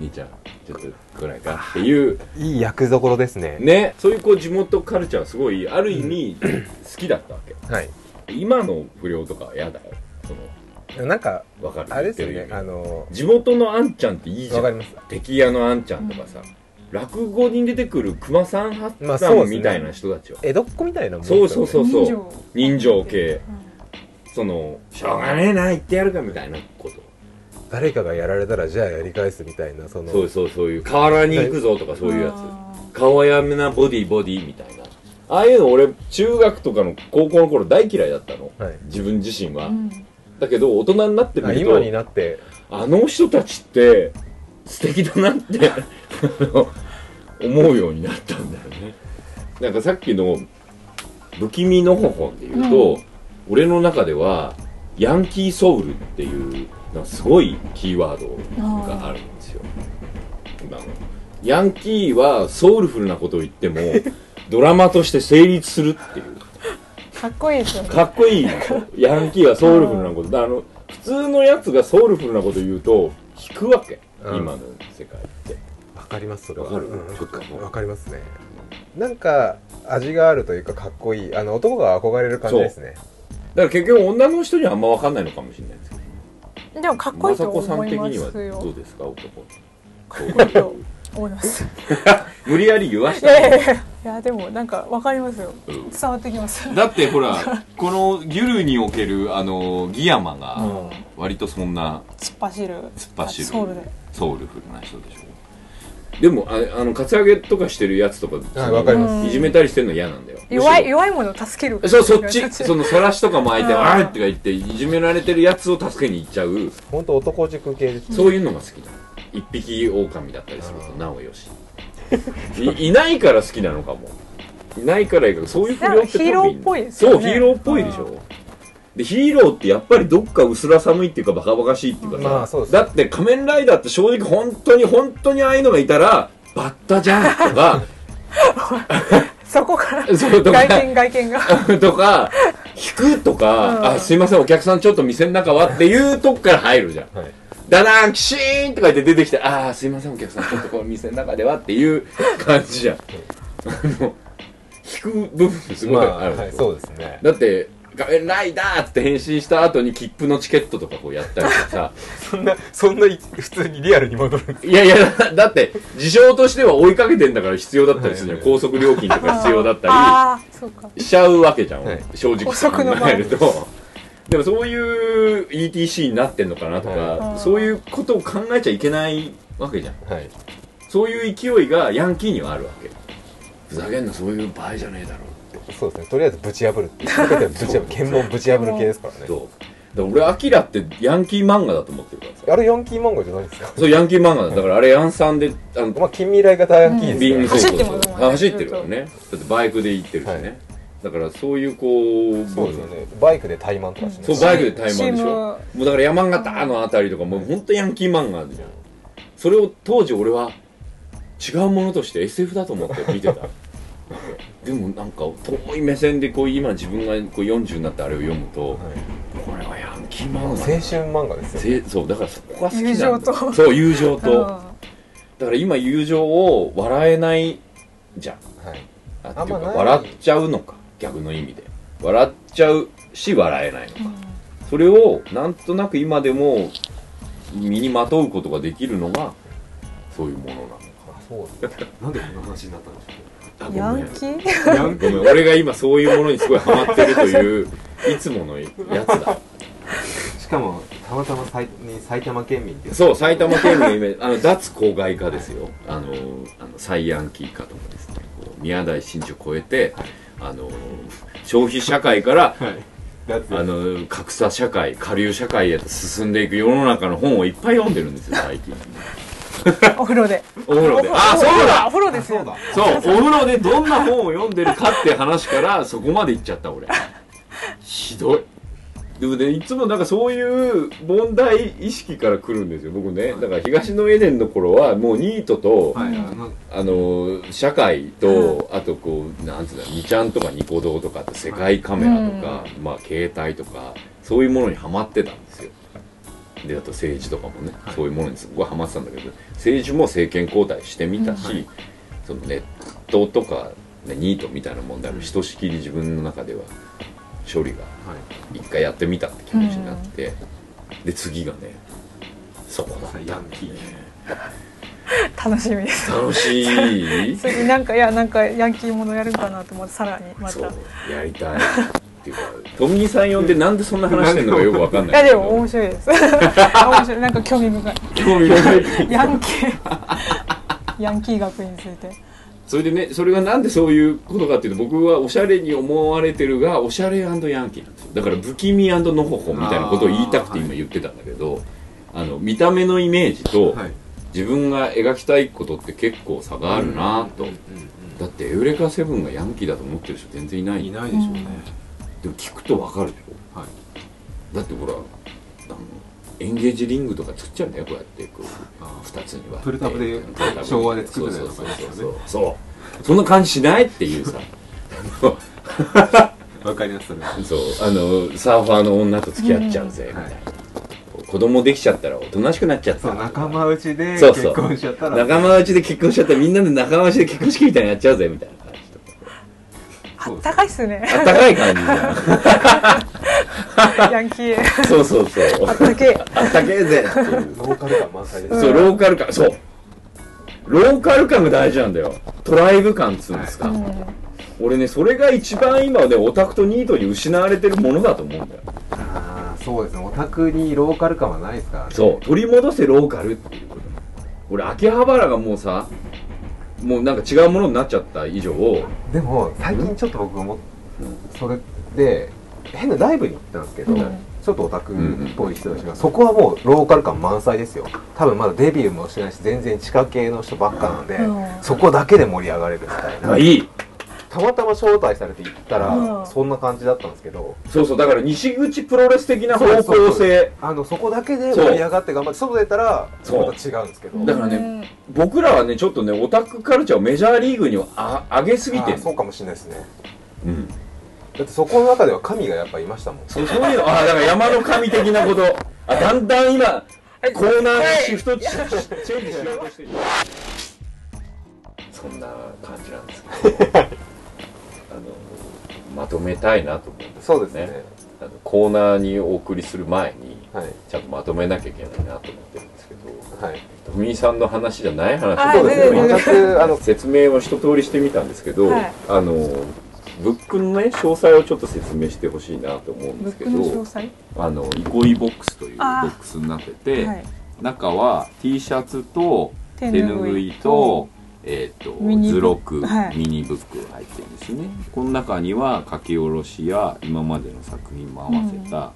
S2: 兄ちゃんちょっと来ないか」っていう
S3: いい役どころですね。
S2: ねそういうこう地元カルチャーはすごいある意 味好きだったわけ。
S3: はい。
S2: 今の不良とかは嫌だよそ
S3: なんか、
S2: のわかる
S3: あれですよ
S2: 言っ
S3: ね
S2: て。る意
S3: あ
S2: 味
S3: の、
S2: 地元のあんちゃんっていいじゃ
S3: わかり
S2: ん
S3: ます。
S2: 敵屋のあんちゃんとかさ、落語に出てくる熊さん八
S3: まあ
S2: さ
S3: そうで
S2: ん
S3: すね
S2: みたいな人たちは、
S3: 江戸っ子みたいなもんですよ
S2: そ
S3: ね
S2: うそうそうそう
S4: 人情
S2: 人情系
S4: うん
S2: そのしょうがねえな言ってやるかみたいなこと
S3: 誰かがやられたら、じゃあやり返すみたいな、その、
S2: そうそうそういう河原に行くぞとかそういうや
S4: あ
S2: つ顔やめなボディボディみたいなああいうの俺中学とかの高校の頃大嫌いだったの、
S3: はい
S2: 自分自身は、
S4: うん
S2: だけど大人になってみ
S3: あ
S2: ると
S3: 今になって、
S2: あの人たちって素敵だなって あの思うようになったんだよねなんかさっきの「不気味のほほん」で言うと、俺の中ではヤンキーソウルっていうなんかすごいキーワードがあるんですよ今のヤンキーはソウルフルなことを言ってもドラマとして成立するっていう
S4: かっこいいですよね
S2: かっこいいでしょヤンキーはソウルフルなことだからあの普通のやつがソウルフルなこと言うと引くわけ、
S3: うん
S2: 今の世界って
S3: わかりますそれは
S2: わかる
S3: うん
S2: ちょっともう
S3: わかりますねなんか味があるというかかっこいいあの男が憧れる感じですね
S2: だから結局女の人にはあんま分かんないのかもしれないですけど
S4: でもかっこいいと
S2: 雅子さ
S4: 思
S2: ん
S4: い
S2: 的
S4: ま
S2: には
S4: す
S2: ど
S4: よ
S2: うですか男
S4: かっこいいと思います
S2: 無理やり言わし
S4: い
S2: た
S4: やいやいやいやでもなんかわかりますよ伝わってきます
S7: だってほらこのギュルにおけるあのギヤマが
S4: うん
S7: 割とそんな
S4: 突っ走
S7: 突
S4: る
S7: っ走る
S4: ソウルで
S7: ソウルフルな人でしょ
S2: でもあれあのカツアゲとかしてるやつとか
S3: あわかります
S2: いじめたりしてるの嫌なんだよ
S4: 弱い
S2: よ
S4: 弱いものを助ける
S2: そうそっちそ
S4: の
S2: のそらしとか巻いて「
S4: うん
S2: あーってか言っていじめられてるやつを助けに行っちゃう
S3: 本当男塾系です
S2: そういうのが好きなの一匹狼だったりするとなおよしいい ないから好きなのかもいないからいいからそういう不良って
S4: なんかヒーローっぽいですよ
S2: そ
S4: ね
S2: うヒーローっぽいでしょ、
S4: う
S2: でヒーローってやっぱりどっか薄ら寒いっていうかバカバカしいっていうかさ、
S3: まあそうですね
S2: だって仮面ライダーって正直本当に本当にああいうのがいたらバッタじゃんとか
S4: そこから
S2: そうとか
S4: 外見外見が
S2: とか引くとか、
S4: うん
S2: あすいませんお客さんちょっと店の中はっていうとこから入るじゃん
S3: はい
S2: ダダンキシーンとか言って出てきて、ああ、すいません、お客さん、ちょっとこの店の中ではっていう感じじゃん。あ の、引く部分すご
S3: ま
S2: い
S3: あ
S2: ある、
S3: はいそうですね
S2: だって、仮面ライダーって変身した後に切符のチケットとかこうやったりとかさ、
S3: そんなそんない普通にリアルに戻る
S2: いやいや、だだって、事情としては追いかけてんだから必要だったりするじゃん。
S3: はいは
S2: 高速料金とか必要だったり。
S4: ああそうか
S2: しちゃうわけじゃん、
S3: はい
S2: 正直
S4: 補足の
S2: 考
S4: 前
S2: え
S4: に
S2: るとでもそういう ETC になってんのかなとか、
S3: は
S2: そういうことを考えちゃいけないわけじゃん
S3: はい
S2: そういう勢いがヤンキーにはあるわけふざけんなそういう場合じゃねえだろ
S3: そうですねとりあえずぶち破るっていうぶち破る検問ぶち破る系ですからね
S2: とだから俺アキラってヤンキー漫画だと思ってるからさ
S3: あれヤンキー漫画じゃないですか
S2: そうヤンキー漫画だだからあれヤンさんであの
S3: まあ近未来型ヤンキー
S2: ビー
S3: で
S2: ム
S3: すか
S2: 走
S4: 走ってますもんね
S2: 走ってるからねだってバイクで行ってるしね、
S3: はい
S2: だからそういうこう
S3: らそうですよねバイクで怠慢とかし
S2: そ
S3: て
S2: うバイクでタイマンでし
S4: チーム
S2: ょもうだから山形のあたりとかもう本当ヤンキー漫画じゃんそれを当時俺は違うものとして SF だと思って見てた でもなんか遠い目線でこう今自分がこう40になってあれを読むと、これはヤンキー漫
S3: 青
S2: 画
S3: 春
S2: だ
S3: 漫画です
S2: せ
S3: よ
S2: そうだからそこが好きなんだ
S4: 友情と
S2: そう友情と、
S4: うん
S2: だから今友情を笑えないじゃん
S3: はい
S2: あ
S3: あ
S2: っていう
S3: ま
S2: か
S3: あない
S2: 笑っちゃうのか逆の意味で笑っちゃうし笑えないのか、それをなんとなく今でも身にまとうことができるのがそういうものなのか
S3: あそう ですねなんでこんな話になったんでしょ
S2: あ
S4: ヤ
S2: ごめ
S4: ン
S2: ん
S4: キー
S3: う ヤンキ
S2: ごめん俺が今そういうものにすごいハマってるといういつものやつだ
S3: ーしかもたまたま埼に埼玉県民って
S2: そう埼玉県のイメージあの脱郊外化ですよあのあのサイヤンキー化とかですねこう宮台真司を超えて、あの消費社会から
S3: だって
S2: あの格差社会下流社会へと進んでいく世の中の本をいっぱい読んでるんですよ最近
S4: お風呂で
S2: お風呂であ
S4: お
S2: そうだ
S4: お風呂ですよ
S2: そうお風呂でどんな本を読んでるかって話からそこまで行っちゃった俺ひどいでもねいつもなんかそういう問題意識から来るんですよ僕ねだから東のエデンの頃はもうニートと、
S8: はい、あの、
S2: あの社会と、あとこうなんつうんだみちゃんとかニコ動とかって世界カメラとか、まあ携帯とかそういうものにはまってたんですよであと政治とかもね、そういうものにすごいはまってたんだけど政治も政権交代してみたし、そのネットとか、ね、ニートみたいな問題もひとしきり自分の中では処理が一回やってみたって気持ちになって、で次がねそこだ
S8: ヤンキー。
S4: 楽しみで す
S2: 楽しい
S4: それでなんかいやなんかヤンキーものやるんかなと思ってさらにまた
S2: そう
S4: い
S2: やりたいっていう かトミーさん呼んでなんでそんな話してんのかよくわかんないけ
S4: やで
S2: ど
S4: も面白いです 面白いなんか興味深い
S2: 興味深い
S4: ヤンキー ヤンキー学について
S2: それでねそれがなんでそういうことかっていうと僕はおしゃれに思われてるがおしゃれヤンキーなんですよだから不気味のほほみたいなことを言いたくて今言ってたんだけどあの見た目のイメージと
S8: はい。
S2: 自分が描きたいことって結構差があるなと、だってエウレカセブンがヤンキーだと思ってる人全然いない
S8: いないでしょうね。
S2: でも聞くとわかるでしょ、
S8: はい
S2: だってほらあのエンゲージリングとか作っちゃうんだよこうやってこうあー二つに割って
S3: プルタブで
S2: プルタブ
S3: 昭和で作ってた
S2: そ
S3: や
S2: うそ
S3: つ
S2: う
S3: とかです
S2: そ
S3: よ
S2: う
S3: ね
S2: そうそうそんな感じしないっていうさあの
S3: わかりますそれは
S2: そうあのサーファーの女と付き合っちゃうぜみたいな、子供できちゃったらおとなしくなっちゃった
S3: そう仲間内で
S2: そうそう
S3: 結婚しちゃったら
S2: 仲間内で結婚しちゃったらみんなで仲間内で結婚式みたいにやっちゃうぜみたいな感じとか
S4: あったかいっすね
S2: あったかい感じじゃ
S4: ヤンキー
S2: んそうそうそう
S4: あったけえ
S2: あったけえぜっていう
S3: ローカル感満載で
S2: そうローカル感そうローカル感が大事なんだよトライブ感っつうんですか、俺ねそれが一番今ねオタクとニートに失われてるものだと思うんだよ
S3: あーそうですねオタクにローカル感はないですからね
S2: そう取り戻せローカルっていうこと俺秋葉原がもうさもうなんか違うものになっちゃった以上
S3: でも最近ちょっと僕思っそれで変なライブに行ったんですけど、
S4: うん
S3: ちょっとオタクっぽい人たちが、そこはもうローカル感満載ですよ多分まだデビューもしてないし全然地下系の人ばっかなんで、
S4: うん
S3: そこだけで盛り上がれるみたいな、
S2: あいい
S3: たまたま招待されて行ったら、
S4: うん
S3: そんな感じだったんですけど
S2: そうそうだから西口プロレス的な方向性
S3: あのそこだけで盛り上がって頑張って外出たら
S2: そう
S3: また違うんですけど
S2: だからね僕らはねちょっとねオタクカルチャーをメジャーリーグにはあ上げすぎて
S3: あ
S2: ん
S3: ー
S2: の
S3: そうかもしれないですね
S2: うん
S3: だってそこの中では神がやっぱいましたもん
S2: そうそういうのあだから山の神的なことあだんだん今コーナーにシフトチェンジしようとしてるそんな感じなんですけどあのまとめたいなと思うんです
S3: そうですね
S2: ねあのコーナーにお送りする前に
S3: はい
S2: ちゃんとまとめなきゃいけないなと思ってるんですけど
S3: はい
S2: 富井さんの話じゃない
S4: あ
S2: 話
S3: そうですね
S4: ね
S3: 全くあの
S2: 説明を一通りしてみたんですけど、
S4: はい
S2: あのブックのね詳細をちょっと説明してほしいなと思うん
S4: ブ
S2: ですけ
S4: ックの詳
S2: ど
S4: 細
S2: あの憩いボックスというボ
S4: あー
S2: ックスになってて、
S4: はい
S2: 中は T シャツと手拭いと。えー、
S4: ミニ
S2: と
S4: ブ
S2: 図録、
S4: はい
S2: ミニブックが入ってるんですねこの中には書き下ろしや今までの作品も合わせた、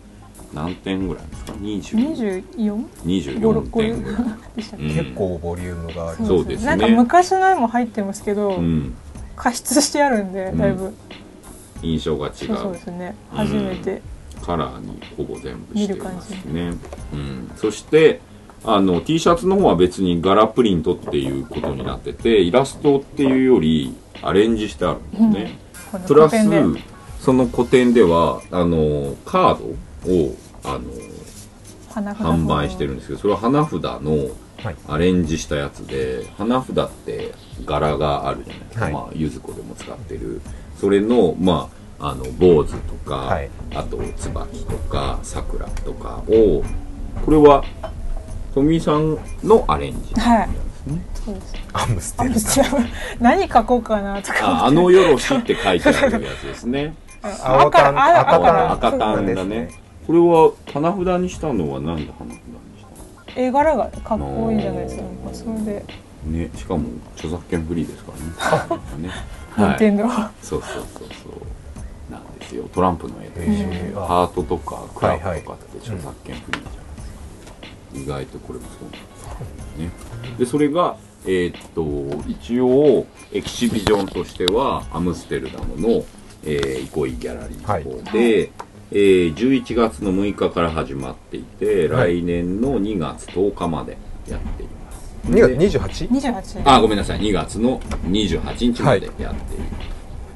S2: 何点ぐらいですか20
S4: 24
S2: 24点ぐらい、
S4: でしたっ
S2: うん
S4: け、
S3: 結構ボリュームがあり
S2: そうですね
S4: なんか昔の絵も入ってますけど、
S2: うん、
S4: 加湿してあるんでだいぶ、
S2: 印象が違
S4: そうそう
S2: う
S4: ですね
S2: うん
S4: 初めて、
S2: カラーにほぼ全部しています
S4: 見
S2: ね、うん、そしてあの T シャツの方は別に柄プリントっていうことになっててイラストっていうよりアレンジしてあるんですね、
S4: この
S2: プラス
S4: 古典で
S2: その個展ではあのカードをあの
S4: 花札
S2: 販売してるんですけどそれは花札の
S3: はい
S2: アレンジしたやつで花札って柄があるじゃないですか、
S3: はい
S2: まあ、ゆず子でも使ってるそれの,、まあ、あの坊主とか、
S3: はい
S2: あと椿とか桜とかをこれは富井さんのアレン ジ、
S4: はいそうです
S3: アムス
S4: あ違う何書こうかなとか
S2: ああのよろしって書いてあるやつですね
S3: 青
S4: 赤
S3: 缶
S4: あ
S3: 赤缶
S2: 赤
S4: そう
S2: 単だねこれは花札にしたのはなんで花札にしたの
S4: 絵柄がかっこいいじゃないですかやっぱそれで
S2: ね、しかも著作権フリーですから ね。ね
S4: 任天堂
S2: そうそうそうそう。なんですよ。トランプの絵でし
S3: へー
S2: ょ。
S3: あ
S2: ハートとかクラブ
S3: はいはい
S2: とかって著作権フリーじゃないですか。意外とこれもそうなんですよね。で、それが、えーっと、一応、エキシビジョンとしては、アムステルダムの、えー、イコイギャラリー
S3: はい
S2: の方で、えー11月の6日から始まっていて、
S3: はい
S2: 来年の2月10日までやっています。
S3: 月 28?
S4: 28
S2: あ、ごめんなさい。2月の28日までやっている。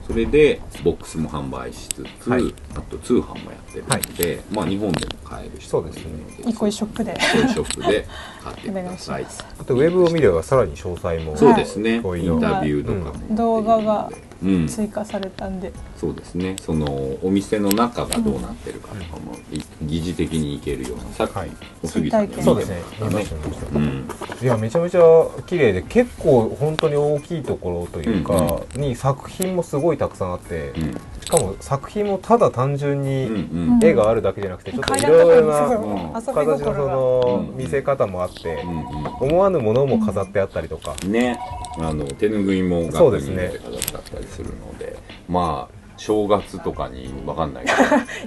S2: それで、ボックスも販売しつつ、
S3: はい
S2: あと通販もやってるので、まあ日本でも買える人もいるので、
S4: 一個一ショップで
S2: 一個一ショップで買って
S4: お
S2: く
S4: 願
S2: だ
S4: いし
S2: さい
S4: ま。す
S3: あとウェブを見ればさらに詳細も
S2: そうですね。
S3: はい
S2: インタビューとかも、
S4: 動画が
S2: うん、
S4: 追加されたんで、
S2: そうですね。その、お店の中がどうなってるかとかも、い疑似的に行けるような、さっき、
S3: はい
S2: お杉さんに
S4: そう
S2: 見てもらったね。うん。
S3: いやめちゃめちゃ綺麗で結構本当に大きいところというか、に作品もすごいたくさんあって、
S2: うん。
S3: しかも作品もただ単純
S2: うん。う
S3: に
S2: ん。
S3: 絵があるだけじゃなくて、ちょっとい
S4: 階段と
S3: ろいろ
S4: か
S3: な
S4: もそうそう遊び
S3: 形の
S4: 心が
S3: その
S2: うん
S3: 見せ方もあって、
S2: うん。うん
S3: 思わぬものも飾ってあったりとか、
S2: ねあの手ぬぐいも
S3: そう
S2: 学
S3: です
S2: に入
S3: ね
S2: って飾ってあったりするのでまあ正月とかにわかんないけ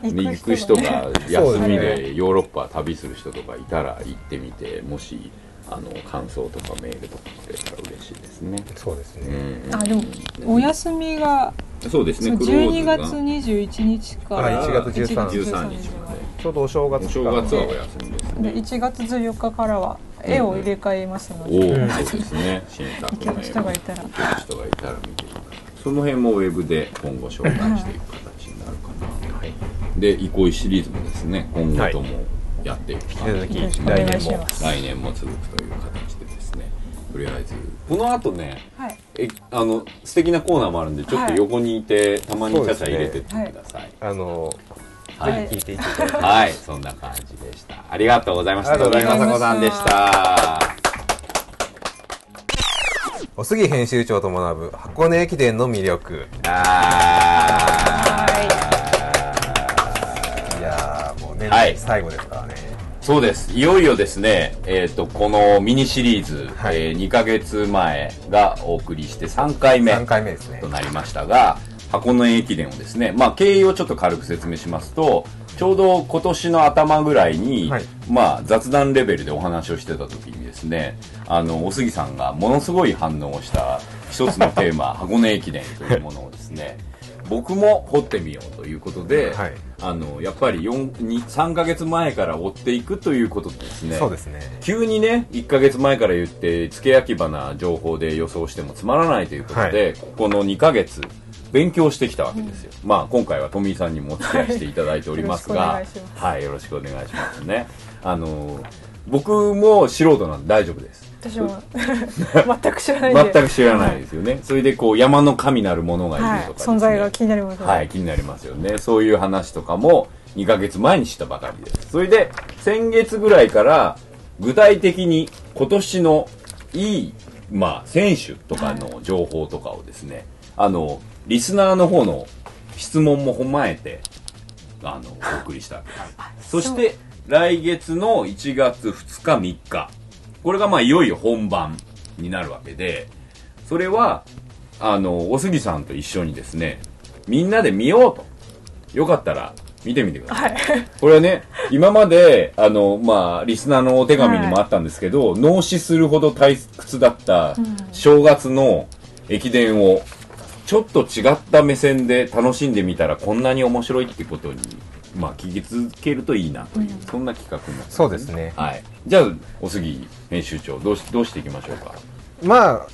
S2: ど 行
S4: 行
S2: く
S4: く
S2: 人
S4: 人
S2: が
S4: が
S2: 休み
S3: そうです
S2: でヨーロッパ旅する人とかいたら行ってみてもしあの感想とかメールとかくれたら嬉しいですね。
S3: そうで
S2: う
S3: すね、
S2: ん、
S4: あでもお休みが、
S2: そうです
S4: そ
S2: ね
S4: う
S2: クローズ
S4: 12
S2: が
S4: 月21日から
S3: あ1月13
S2: 13
S4: 1
S2: 日まで
S3: ちょうどお正月
S2: お
S3: 期
S2: 正
S3: 間
S2: 月はお休みですね
S4: で1月14日からは絵を入れ替えますの
S2: お
S4: で、
S2: お、
S3: うん
S2: そうですね新作
S4: 行ける人がいたら
S2: 見てる人がいたら見てくださいその辺もウェブで今後紹介していく形になるかな、
S3: はい
S2: で憩いシリーズもですね今後ともやっていく感じ、
S3: はい引
S4: よろしくお願いします。
S2: 来年も続くという形でですねとりあえずこの後ね
S4: はい、
S2: えあの素敵なコーナーもあるんでちょっと横にいて、たまにちゃちゃ入れてってください、
S3: あの
S2: はい
S4: はい
S3: 聞いていただき
S2: はい、そんな感じでした。ありがとうございました。
S3: ありがとうございまし
S2: 野
S3: た
S2: 々村さんでした。
S3: おすぎ編集長と学ぶ箱根駅伝の魅力
S2: あ
S3: いやーもうね、
S2: はい
S3: 最後ですからね
S2: ーそうです。いよいよですね、えっ、と、このミニシリーズ、
S3: はい
S2: え2ヶ月前がお送りして3回目
S3: 3回目ですね
S2: となりましたが、箱根駅伝をですね、まあ、経緯をちょっと軽く説明しますと、ちょうど今年の頭ぐらいに、
S3: はい
S2: まあ、雑談レベルでお話をしてた時にですね、あの、おすぎさんがものすごい反応をした一つのテー マ、箱根駅伝というものをですね、僕も掘ってみようということで、
S3: はい
S2: あの、やっぱり4 2 3ヶ月前から追っていくということですね。
S3: そうですね
S2: 急にね1ヶ月前から言って付け焼き場な情報で予想してもつまらないということで、ここの2ヶ月勉強してきたわけですよ、まあ今回は富井さんにもお付き合いしていただいておりますが
S4: はいよろしくお願いしま
S2: はいよろしくお願いしますねあの僕も素人なんで大丈夫です
S4: 私も 全く知らないんで、
S2: 全く知らないですよね、それでこう山の神なるものがいる
S4: はい、
S2: とかですね、
S4: 存在が気になります。
S2: はい、気になりますよね。そういう話とかも2ヶ月前にしたばかりです。それで、先月ぐらいから具体的に今年のいい、まあ、選手とかの情報とかをですね、あの、リスナーの方の質問も踏まえて、あの、お送りしたわけです。そして、来月の1月2日3日、これがまあ、いよいよ本番になるわけで、それは、あの、おすぎさんと一緒にですね、みんなで見ようと。よかったら、見てみてください。これはね、今まで、あの、まあ、リスナーのお手紙にもあったんですけど、脳死するほど退屈だった、正月の駅伝を、ちょっと違った目線で楽しんでみたら、こんなに面白いってことに、まあ、聞き続けるといいなという、そんな企画になってます
S3: そうですね
S2: はい。じゃあ、おすぎ編集長、どうし、どうしていきましょうか。
S3: まあ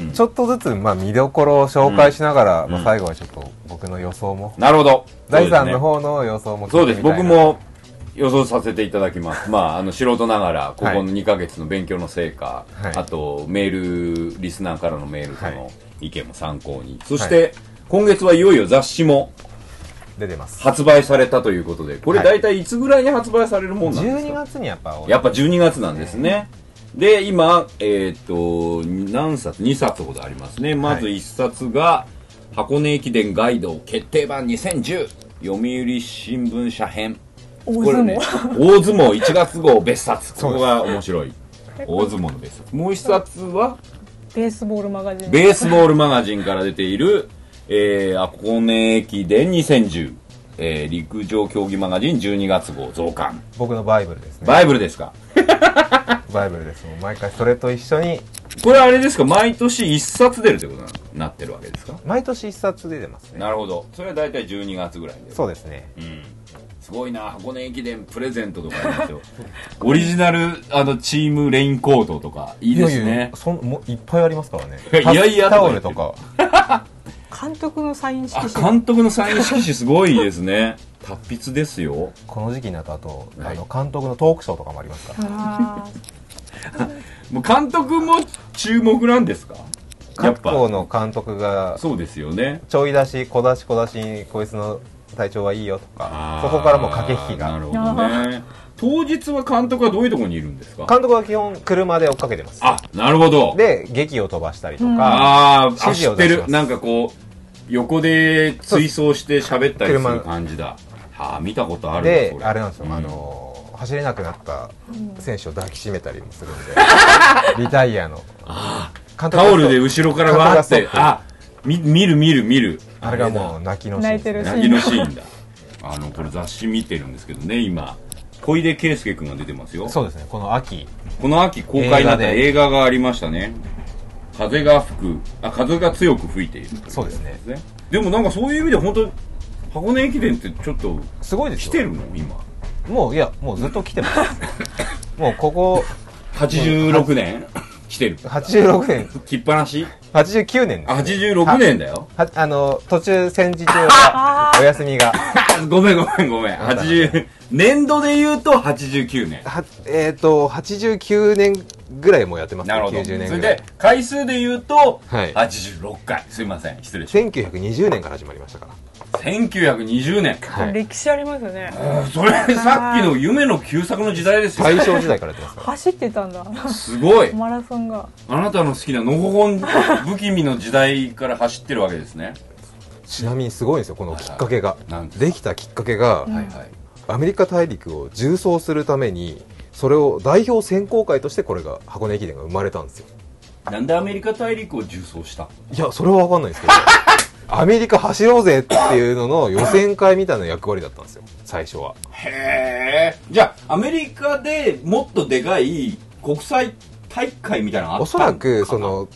S2: うん
S3: ちょっとずつ、まあ、見どころを紹介しながら、
S2: ん
S3: ま
S2: う
S3: あ、
S2: ん
S3: 最後はちょっと僕の予想も、
S2: なるほど。
S3: 第3
S2: そうですね
S3: の方の予想も
S2: そ
S3: 聞
S2: う
S3: い
S2: で
S3: て
S2: す。
S3: みたいな
S2: 僕も予想させていただき ます。まあ、あの、素人ながら、ここ
S3: は
S2: の2ヶ月の勉強の成果、
S3: はい
S2: あと、メール、リスナーからのメールと
S3: は
S2: の意見も参考に。そして、今月はいよいよ雑誌も
S3: 出てます
S2: 発売されたということで、これ
S3: はい
S2: 大体いつぐらいに発売されるもんなんですか
S3: 12月にやっぱ多い
S2: やっぱ12月なんですね。で、今、えーっと、何冊 ?2 冊ほどありますね。まず1冊が、箱根駅伝ガイド決定版2010、読売新聞社編。
S4: 大
S2: これ
S4: 相
S2: ね
S4: 撲。、
S2: 大相撲1月号別冊。
S3: そ
S2: こ
S3: うで
S2: こ
S3: す
S2: が面白 い。大相撲の別冊。もう1冊は、
S4: ベースボールマガジン。
S2: ベースボールマガジンから出ている、えー、箱根駅伝2010、えー、陸上競技マガジン12月号増刊。
S3: 僕のバイブルですね
S2: バイブルですか
S3: バイブルですもう毎回それと一緒に
S2: これあれですか毎年一冊出るってことなのなってるわけですか
S3: 毎年一冊出てますね
S2: なるほどそれは大体12月ぐらいで
S3: そうですね
S2: うんすごいな箱根駅伝プレゼントとかありますよ オリジナルあのチームレインコートとかいいです
S3: やや
S2: ね
S3: そんもういっぱいありますからね
S2: いやいや
S3: タオルとか
S4: 監督のサイン色
S2: あ
S4: 紙。
S2: 監督のサイン色紙すごいです ね達筆ですよ
S3: この時期になった後、
S2: はい
S3: あの監督のトークショーとかもありますから
S4: あ
S2: もう監督も注目なんですかやっ
S3: 各校
S2: ぱ
S3: の監督が
S2: そうですよね
S3: ちょい出し小出し小出しこいつの体調はいいよとか
S2: あー
S3: そこからもう駆け引き
S2: な
S3: が
S2: るほど ね当日は監督はどういうところにいるんですか
S3: 監督は基本車で追っかけてます
S2: あなるほど
S3: で劇を飛ばしたりとか、
S2: あーあ
S3: 指
S2: 知
S3: 示
S2: っ
S3: を
S2: て
S3: 出します
S2: るなんかこう横で追走して喋ったりす
S3: そう
S2: る
S3: 車
S2: 感じだはあ見たことある
S3: で
S2: な
S3: あれなんですよ、
S2: うん
S3: あのー走れなくなった選手を抱きしめたりもするん で、リタイアの監督が
S2: タオルで後ろからわーっ
S3: 監
S2: て
S3: 督が
S2: あみ見る見る見る
S3: あれがもう泣きのシーン
S4: 泣いてる
S2: 泣きのシーンだあのこれ雑誌見てるんですけどね今小出圭介君が出てますよ
S3: そうですねこの秋
S2: この秋公開になった映
S3: 映
S2: 画がありましたね風が吹くあ風が強く吹いている
S3: そうですね
S2: ねでもなんかそういう意味で本当箱根駅伝ってちょっと
S3: すごいです
S2: 来
S3: よ
S2: てるの今
S3: もういやもうずっと来てますもうここ
S2: 86年来てる
S3: 86年、
S2: 切っぱなし
S3: 89年です、ね。
S2: 86年だよ
S3: はあの、途中戦時中はお休みが。
S2: ごめんごめんごめん80年度で言うと89年
S3: はえっ、と、89年ぐらいもやってますね。
S2: なるほどそ
S3: 90
S2: れ
S3: 年ぐら
S2: で
S3: い。
S2: 回数で言うと
S3: はい
S2: 86回すいません失礼し
S3: 1920年から始まりましたから。
S2: ました1920年
S3: はい、
S4: 歴史ありますよね
S2: あそれさっきの夢の旧作の時代ですよ
S3: 大正時代からやってますか
S4: 走って たんだ
S2: すごい
S4: マラソンが
S2: あなたの好きなのほほん不気味の時代から走ってるわけですね
S3: ら。ちなみにすごいんですよ、このきっかけが
S2: なん。ですか
S3: できたきっかけが、
S2: はいはい
S3: アメリカ大陸を縦走するために、それを代表選考会としてこれが箱根駅伝が生まれたんですよ。
S2: なんでアメリカ大陸を縦走した
S3: いや、それは分かんないです けど、アメリカ走ろうぜっていうのの予選会みたいな役割だったんですよ、最初は。
S2: へえじゃあアメリカでもっとでかい国際大会みたいなのあった
S3: おそらくその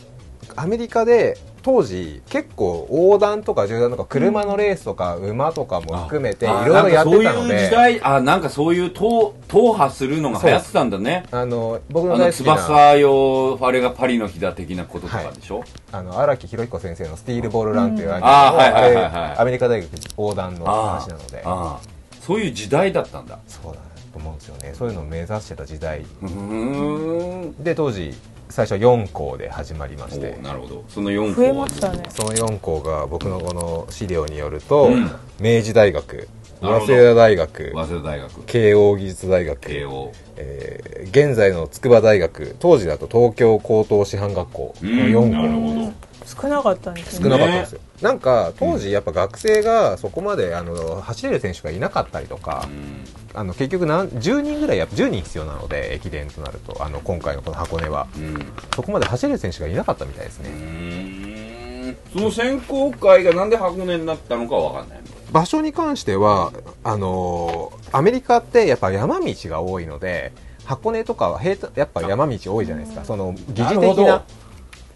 S3: アメリカで当時結構横断とか縦断とか車のレースとか馬とかも含めてい
S2: あ
S3: ろいろやってた
S2: なんかそ
S3: の
S2: ういう時
S3: で
S2: 代あなんかそういう党党派するのが流行ってたんだね
S3: あの僕
S2: あ
S3: の
S2: の
S3: 大好きな
S2: 翼用あれがパリの日だ的なこととかでしょ、
S3: あの荒木宏彦先生の「スティールボールラン」っていうアニメ
S2: あーはいはいはいはい
S3: あれアメリカ大学横断の
S2: あ
S3: 話なので
S2: ああそういう時代だったんだ
S3: そうだなと思うんですよねそういうのを目指してた時代
S2: うーん
S3: で当時最初4校で始まりまして
S2: おなるほどその4校
S4: 増えましたね
S3: その4校が僕のこの資料によると、
S2: うん
S3: 明治大学
S2: なる
S3: 早
S2: ほど
S3: 稲田大学
S2: 早稲田大学
S3: 慶応技術大学
S2: 慶応
S3: えー現在の筑波大学当時だと東京高等師範学校の
S2: うんなる
S3: 4校
S2: ほど
S4: 少なかったんです
S3: 少
S4: ね
S3: なかったんですよ、なんか当時やっぱ学生がそこまであの走れる選手がいなかったりとか、あの結局なん10人ぐらいやっぱ10人必要なので駅伝となるとあの今回のこの箱根は
S2: うんうん
S3: そこまで走れる選手がいなかったみたいですね、
S2: その選考会がなんで箱根になったのかわかんない
S3: 場所に関してはあのーアメリカってやっぱ山道が多いので箱根とかは平坦やっぱ山道多いじゃないですかその疑似
S2: なるほ
S3: 的な
S2: ど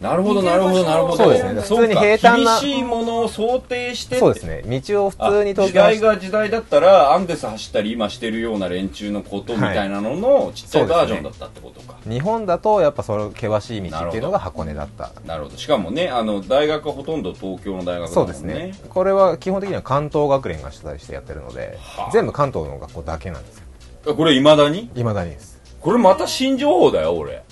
S2: なるほどなるほどなるほど
S3: そうですね
S2: か
S3: 普通に平坦な
S2: 厳しいものを想定して
S3: そうですね道を普通に
S2: あ
S3: 東
S2: 時
S3: 京走
S2: 代
S3: っ
S2: が時代だったらアンデス走ったり今してるような連中のことみたいなののちっちゃい
S3: そうですね
S2: バージョンだったってことか、
S3: 日本だとやっぱその険しい道っていうのが箱根だった
S2: なるほどしかもねあの大学はほとんど東京の大学だもん
S3: そうですねこれは基本的には関東学連が主催してやってるので
S2: はあ
S3: 全部関東の学校だけなんですよ
S2: これいまだに
S3: いまだにです
S2: これまた新情報だよ俺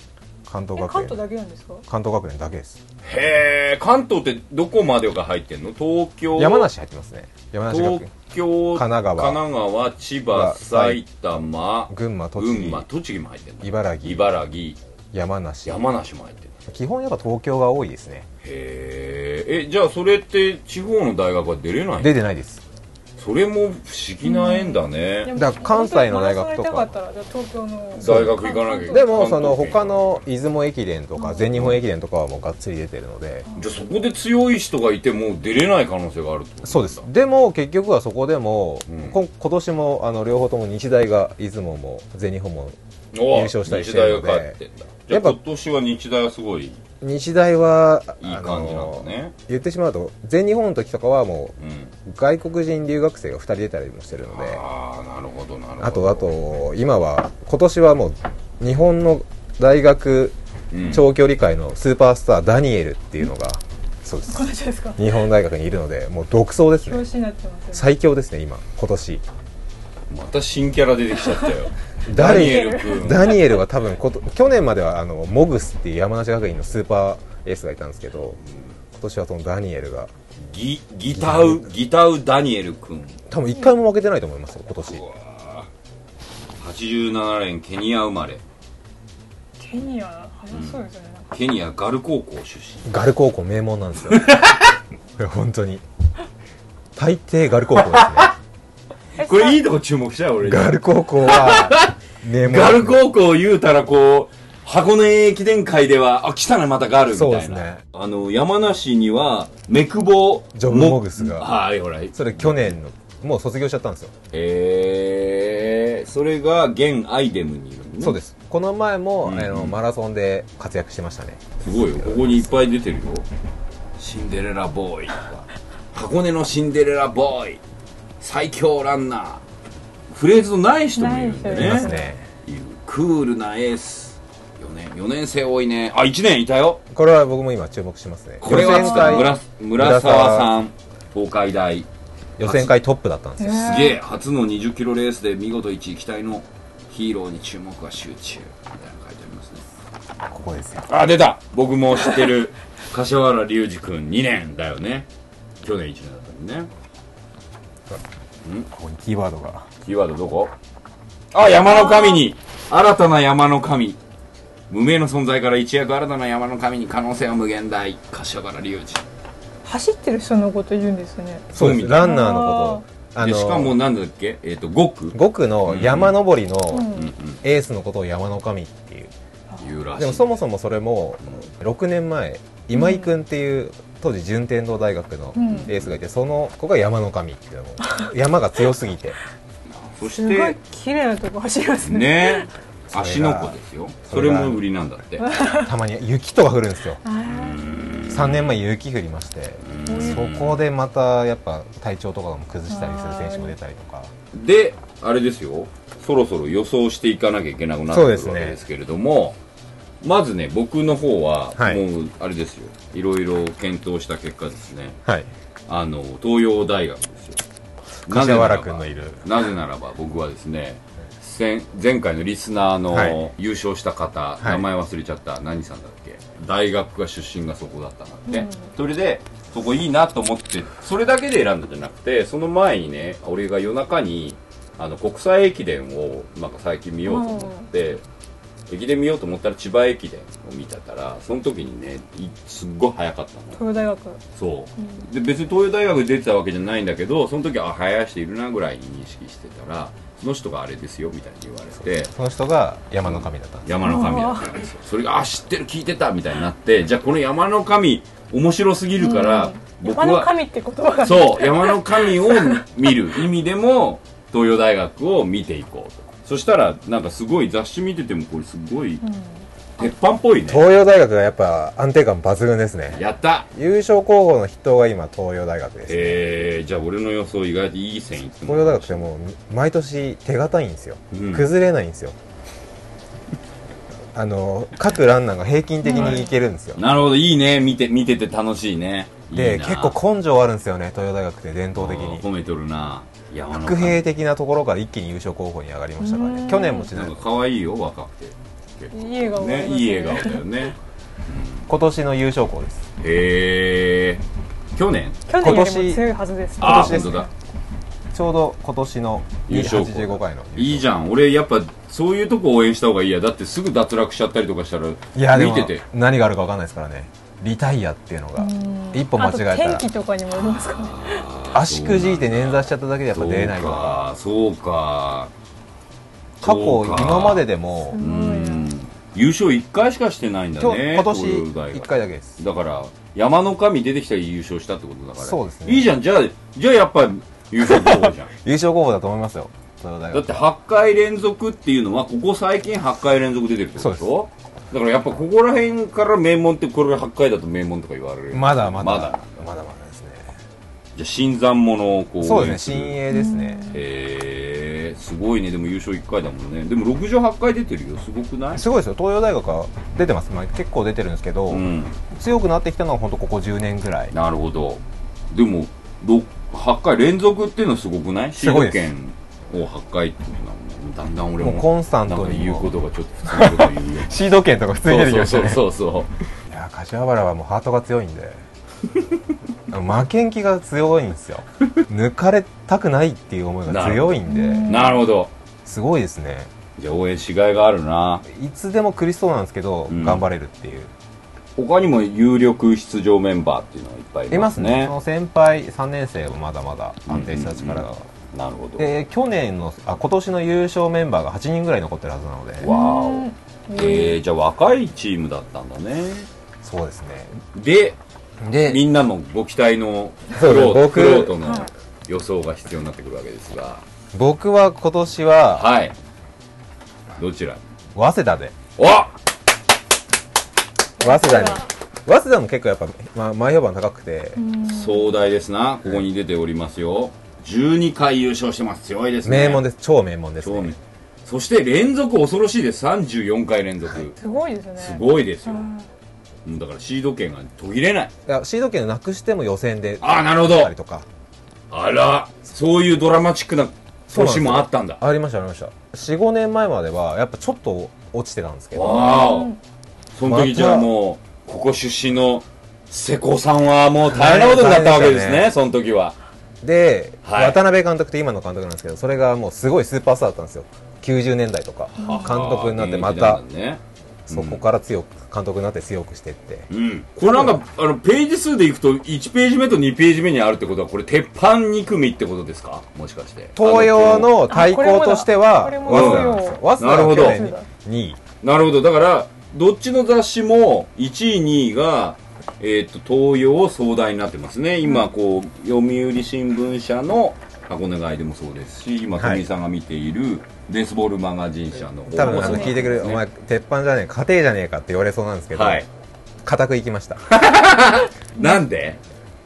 S3: 関東
S4: え関
S3: 学連
S4: 東だけなんですか
S3: 関東学連だけです
S2: へえ関東ってどこまでが入ってんの東京
S3: 山梨入ってますね山梨学
S2: 東
S3: 院
S2: 京
S3: 神奈川
S2: 神奈川千葉埼玉
S3: 群馬栃
S2: 群馬
S3: 木
S2: 栃木も入ってんだ
S3: 茨城
S2: 茨城
S3: 山梨
S2: 山梨も入ってんだ
S3: 基本やっぱ東京が多いですね
S2: へええじゃあそれって地方の大学は出れないの
S3: 出てないです
S2: それも不思議な縁だね、
S4: でも
S3: だから関西の大学とか
S4: マラソンやりたかったらじゃあ東京の
S2: 大学行かなきゃいけない
S3: でもその他の出雲駅伝とか全日本駅伝とかはもうがっつり出てるので
S2: じゃあそこで強い人がいても出れない可能性があるってこと
S3: そうですでも結局はそこでも、
S2: うん
S3: こ今年もあの両方とも日大が出雲も全日本も
S2: お
S3: 優勝したりし
S2: 日
S3: て
S2: 大
S3: るので
S2: が勝ってんだじゃあ
S3: やっぱ
S2: 今年は日大はすごいいい
S3: 日大はあ
S2: 感じなんだ
S3: の
S2: ね
S3: 言ってしまうと全日本の時とかはも
S2: うん
S3: う外国人留学生が2人出たりもしてるので
S2: ああなるほどなるほど
S3: あとあと今は今年はもう日本の大学
S2: うん
S3: 長距離界のスーパースターダニエルっていうのが、そうです
S4: マジですか
S3: 日本大学にいるのでもう独走ですね
S4: 表紙になってますよ
S3: 最強ですね今今年
S2: また新キャラ出てきちゃった よダニエ
S3: 誰
S2: ル君
S3: ダニエルは多分こと去年まではあのモグスっていう山梨学院のスーパーエースがいたんですけど今年はそのダニエルが
S2: ギギタウギタウダニエル君
S3: 多分一回も負けてないと思いますよ今年
S2: 87年ケニア生まれ
S4: ケニア早そうですよねなんか
S2: ケニアガル高校出身
S3: ガル高校名門なんですよいや本当に大抵ガル高 校です
S4: え
S2: これいいとこ注目したよ俺
S3: ねガル高校は名門
S2: ガル高校言うたらこう箱根駅伝界ではあ来たねまたガルみたい
S3: そう
S2: な
S3: ですね
S2: あの山梨にはメクボ
S3: ジョブモグスが
S2: はいほらへ
S3: それ去年のもう卒業しちゃったんですよ、
S2: えそれが現アイデムにいるのね
S3: そうですこの前も、
S2: うんうん
S3: あのマラソンで活躍してましたね
S2: すごいよここにいっぱい出てるよシンデレラボーイとか箱根のシンデレラボーイ最強ランナーフレーズのない人もいるんで
S4: ない人
S3: い
S2: ね
S3: ますね
S2: いるクールなエース4年4年生多いねあ1年いたよ
S3: これは僕も今注目してますね
S2: これは
S3: 予選
S2: 村
S3: 会
S2: 村村沢さん東海大
S3: 予選会トップだったんですよ
S2: すげえ初の2 0キロレースで見事1位期待のヒーローに注目は集中みたいなの書いてありますね
S3: ここですよ
S2: あ出た僕も知ってる 柏原隆二君2年だよね去年1年だったんでね
S3: ここにキーワードが
S2: キーワードどこあ山の神に新たな山の神無名の存在から一躍新たな山の神に可能性は無限大柏原隆
S4: 走ってる人のこと言うんですね
S3: そうですランナーのこと
S2: 二
S3: あ
S2: で
S3: の
S2: しかもなんだっけえっ、と5区
S3: 5区の山登りの
S4: うん
S3: エースのことを山の神っていう
S2: いうらしい
S3: でもそもそもそれも6年前今井君っていう当時順天堂大学の
S4: うん
S3: エースがいてその子が山の神っていうのも山が強すぎ て
S2: そし
S4: すご
S2: て
S4: い綺麗なとこ走りますね
S2: ね
S3: それが
S2: 芦ノ湖ですよそ
S3: そ
S2: れ
S3: れが
S2: も売りなんだって
S3: たまに雪とか降るんですよ
S4: あ
S3: 3年前雪降りましてそこでまたやっぱ体調とかも崩したりする選手も出たりとか
S2: であれですよそろそろ予想していかなきゃいけなくなってくるわ
S3: そう
S2: け
S3: ですね
S2: ですけれども、まずね僕の方は
S3: はい
S2: もうあれですよ、いろいろ検討した結果ですね
S3: はい
S2: あの東洋大学ですよ
S3: 柏原君のいる
S2: なぜならば僕はですね先前回のリスナーの、
S3: はい
S2: 優勝した方、
S3: い
S2: 名前忘れちゃった何さんだっけ大学が出身がそこだったんだって、それでそこいいなと思ってそれだけで選んだんじゃなくてその前にね俺が夜中にあの国際駅伝をなんか最近見ようと思って、駅伝見ようと思ったら千葉駅伝を見てたらその時にねいすっごい早かったの
S4: 東洋大学
S2: そうで別に東洋大学出てたわけじゃないんだけどその時はあ生やしているなぐらいに認識してたらその人があれですよみたいに言われて
S3: その人が山の神だったんです
S2: 山の神だったんですよそれがあ知ってる聞いてたみたいになってじゃあこの山の神面白すぎるから、僕
S4: 山の
S2: は
S4: 神って言葉が
S2: そう山の神を見る意味でも東洋大学を見ていこうとそしたらなんかすごい雑誌見ててもこれすごい鉄板っぽいね
S3: 東洋大学がやっぱ安定感抜群ですね
S2: やった
S3: 優勝候補の筆頭が今東洋大学ですね
S2: えー、じゃあ俺の予想意外といい線いって
S3: 東洋大学ってもう毎年手堅いんですよ、
S2: うん
S3: 崩れないんですよあの各ランナーが平均的にいけるんですよ、
S2: なるほどいいね見て見てて楽しいねい
S3: で
S2: いな
S3: 結構根性あるんですよね東洋大学って伝統的
S2: あー
S3: に
S2: 褒めとるな山の
S3: 副兵的なところから一気に優勝候補に上がりましたから
S4: う
S3: ね
S4: ん
S3: 去年もちな
S2: なん
S3: みに
S2: か可愛いよ若くて
S4: いい笑顔があり
S2: ね
S4: ます
S2: いい笑顔だよね
S3: 今年の優勝校です
S2: へえ去年
S4: 去年よりも強いはずです
S2: ああ
S3: 今年です
S2: 本
S3: ね
S2: 当だ
S3: ちょうど今年の
S2: 優勝校
S3: 85回の
S2: いいじゃん俺やっぱそういうとこ応援した方がいいやだってすぐ脱落しちゃったりとかしたら
S3: いやで
S2: 見
S3: も
S2: てて
S3: 何があるか分かんないですからねリタイアっていうのが一歩間
S4: あと
S3: 違えた
S4: 天
S3: ら
S4: 気とかにもよりますかね
S3: 足くじいて捻挫しちゃっただけでやっぱ
S2: そう
S3: 出ないから
S2: かそうか
S3: 過
S2: そう
S3: 去
S2: か
S3: 今まででも
S2: うん優勝1回しかしてないんだ
S3: 今日
S2: ね
S3: 今年
S2: 東洋大学
S3: 1回だけです
S2: だから山の神出てきたら優勝したってことだから
S3: そうですね
S2: いいじゃんじゃあじゃあやっぱ優勝候 補じゃん
S3: 優勝候補だと思いますよ東洋大
S2: だっ
S3: 学
S2: て8回連続っていうのはここ最近8回連続出てるってことでしょだからやっぱここら辺から名門ってこれ8回だと名門とか言われる
S3: まだまだ
S2: まだ
S3: まだまだですね
S2: じゃあ新参者をこう
S3: そうですね
S2: 応援
S3: 新鋭ですね
S2: へえすごいねでも優勝1回だもんねでも68回出てるよすごくない
S3: すごいですよ東洋大学は出てます、まあ、結構出てるんですけど、
S2: うん
S3: 強くなってきたのは本当ここ10年ぐらい
S2: なるほどでもろ8回連続っていうのすごくないシ
S3: す
S2: ー
S3: ご
S2: ド
S3: いです
S2: 権を8回っていうのはもうだんだん俺も
S3: もうコンスタント
S2: なん
S3: に
S2: か言うことがちょっと普通のこと言うよ
S3: シード権とか普通に出てきました
S2: そう
S3: ね
S2: そうそう
S3: いや柏原はもうハートが強いん であの負けん気が強いんですよ抜かれたくないっていう思いが強いん
S2: そう
S3: で
S2: なるほど
S3: すごいですね
S2: じゃあ応援しがいがあるない
S3: つでも苦しそうなんですけど、
S2: うん
S3: 頑張れるっていう
S2: 他にも有力出場メンバーっていうのはいっぱいい
S3: い
S2: ま
S3: ますす
S2: ね
S3: ねその先輩3年生もまだまだ安定した力が、
S2: なるほど
S3: で去年のあ今年の優勝メンバーが8人ぐらい残ってるはずなので
S2: わおえー、じゃあ若いチームだったんだね
S3: そうですね
S2: で
S3: で
S2: みんなのご期待の
S3: そうです僕
S2: クロートの予想が必要になってくるわけですが
S3: 僕は今年は
S2: はいどちら
S3: 早稲田で
S2: お
S3: 早稲田に早稲田も結構やっぱ、まあ、前評判高くて、
S2: 壮大ですなここに出ておりますよ12回優勝してます強いですね
S3: 名門です超名門です
S2: 超名
S3: ね
S2: そして連続恐ろしいです34回連続
S4: すごいですね
S2: すごいですよ
S4: うん
S2: もうだからシード権が途切れない
S3: だからシード権をなくしても予選で
S2: ああなるほ
S3: た
S2: ど
S3: りとか
S2: あらそういうドラマチックな年もあったんだ
S3: ありましたありました45年前まではやっぱちょっと落ちてたんですけど
S2: わおその時じゃあもうここ出身の瀬古さんはもう大変なことになったわけです
S3: 大変
S2: ねその時は
S3: で、
S2: はい
S3: 渡辺監督って今の監督なんですけどそれがもうすごいスーパースターだったんですよ90年代とか監督になってま
S2: あ
S3: た
S2: ー現役なんだね
S3: そこから強く監督になって強くしてって
S2: うん、これなんかあのページ数でいくと1ページ目と2ページ目にあるってことはこれ鉄板2組ってことですかもしかして
S3: 東洋の対抗としては
S4: あこれも
S2: だ
S3: 早稲田なんですよ
S4: これ
S3: 早稲
S4: も
S3: 田が去年
S4: なるほ
S3: に2位
S2: なるほどだからどっちの雑誌も1位2位が、えー、と東洋壮大になってますね今こう読売新聞社の箱根街でもそうですし今
S3: はい
S2: 富井さんが見ているベースボールマガジン社の方も
S3: 多分あ
S2: そう
S3: の
S2: ですね
S3: 聞いてくれる、お前鉄板じゃねえ家庭じゃねえかって言われそうなんですけど、
S2: はい
S3: 固くいきました
S2: なんで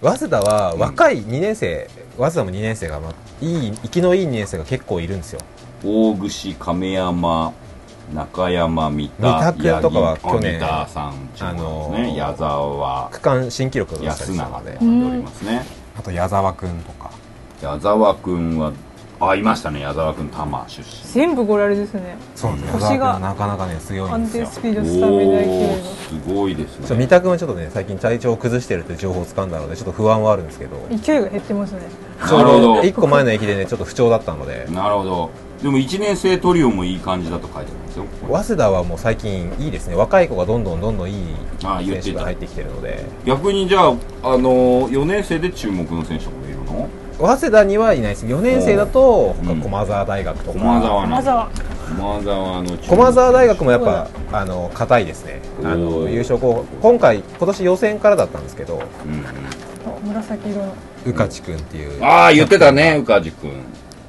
S3: 早稲田は若い2年生、早稲田も2年生が、まあ、いい生きのいい2年生が結構いるんですよ
S2: 大串亀山中山三田
S3: 三田君とかは去
S2: 八
S3: 年
S2: 木あ三田さん中央ですね、
S3: あのー
S2: 矢沢
S3: 区間新記録が出した
S2: 安
S3: りした
S2: 永
S3: ので
S2: で呼んでおりますね、
S3: あと矢沢君とか
S2: 矢沢君はあいましたね矢沢君多摩出身
S4: 全部ゴラレですね
S3: そうなんですよ矢沢
S4: 腰
S3: 君
S4: が
S3: はなかなかね強いん
S4: 安
S3: です
S4: 定
S3: よ
S4: スピードスタミナ
S2: お
S4: 勢
S2: お
S4: いが
S2: すごいです
S3: ちょ
S2: ね
S3: 三田君はちょっとね最近体調を崩してるって情報を掴んだのでちょっと不安はあるんですけど
S4: 勢いが減ってますね
S2: なるほど
S3: 1個前の駅でねちょっと不調だったので
S2: なるほどでも1年生トリオもいい感じだと書いてあるんですよここ
S3: 早
S2: に
S3: 稲田はもう最近いいですね若い子がどんどんどんどんいい
S2: あ言っ
S3: 選
S2: て
S3: 手
S2: た
S3: が入ってきてるので
S2: 逆にじゃあ、あのー、4年生で注目の選手もいるの
S3: 早稲田にはいないです4年生だと他駒澤大学とか
S2: 駒澤な
S4: ま
S2: ん
S4: ず
S2: だ
S4: は
S2: 駒澤の注目
S3: 駒澤大学もやっぱあの硬いですねあ
S2: お
S3: の
S2: ー
S3: 優勝候補今回今年予選からだったんですけど
S2: うんうん
S4: 紫色の
S3: 宇勝君っていう
S2: ああ言ってたね宇梶君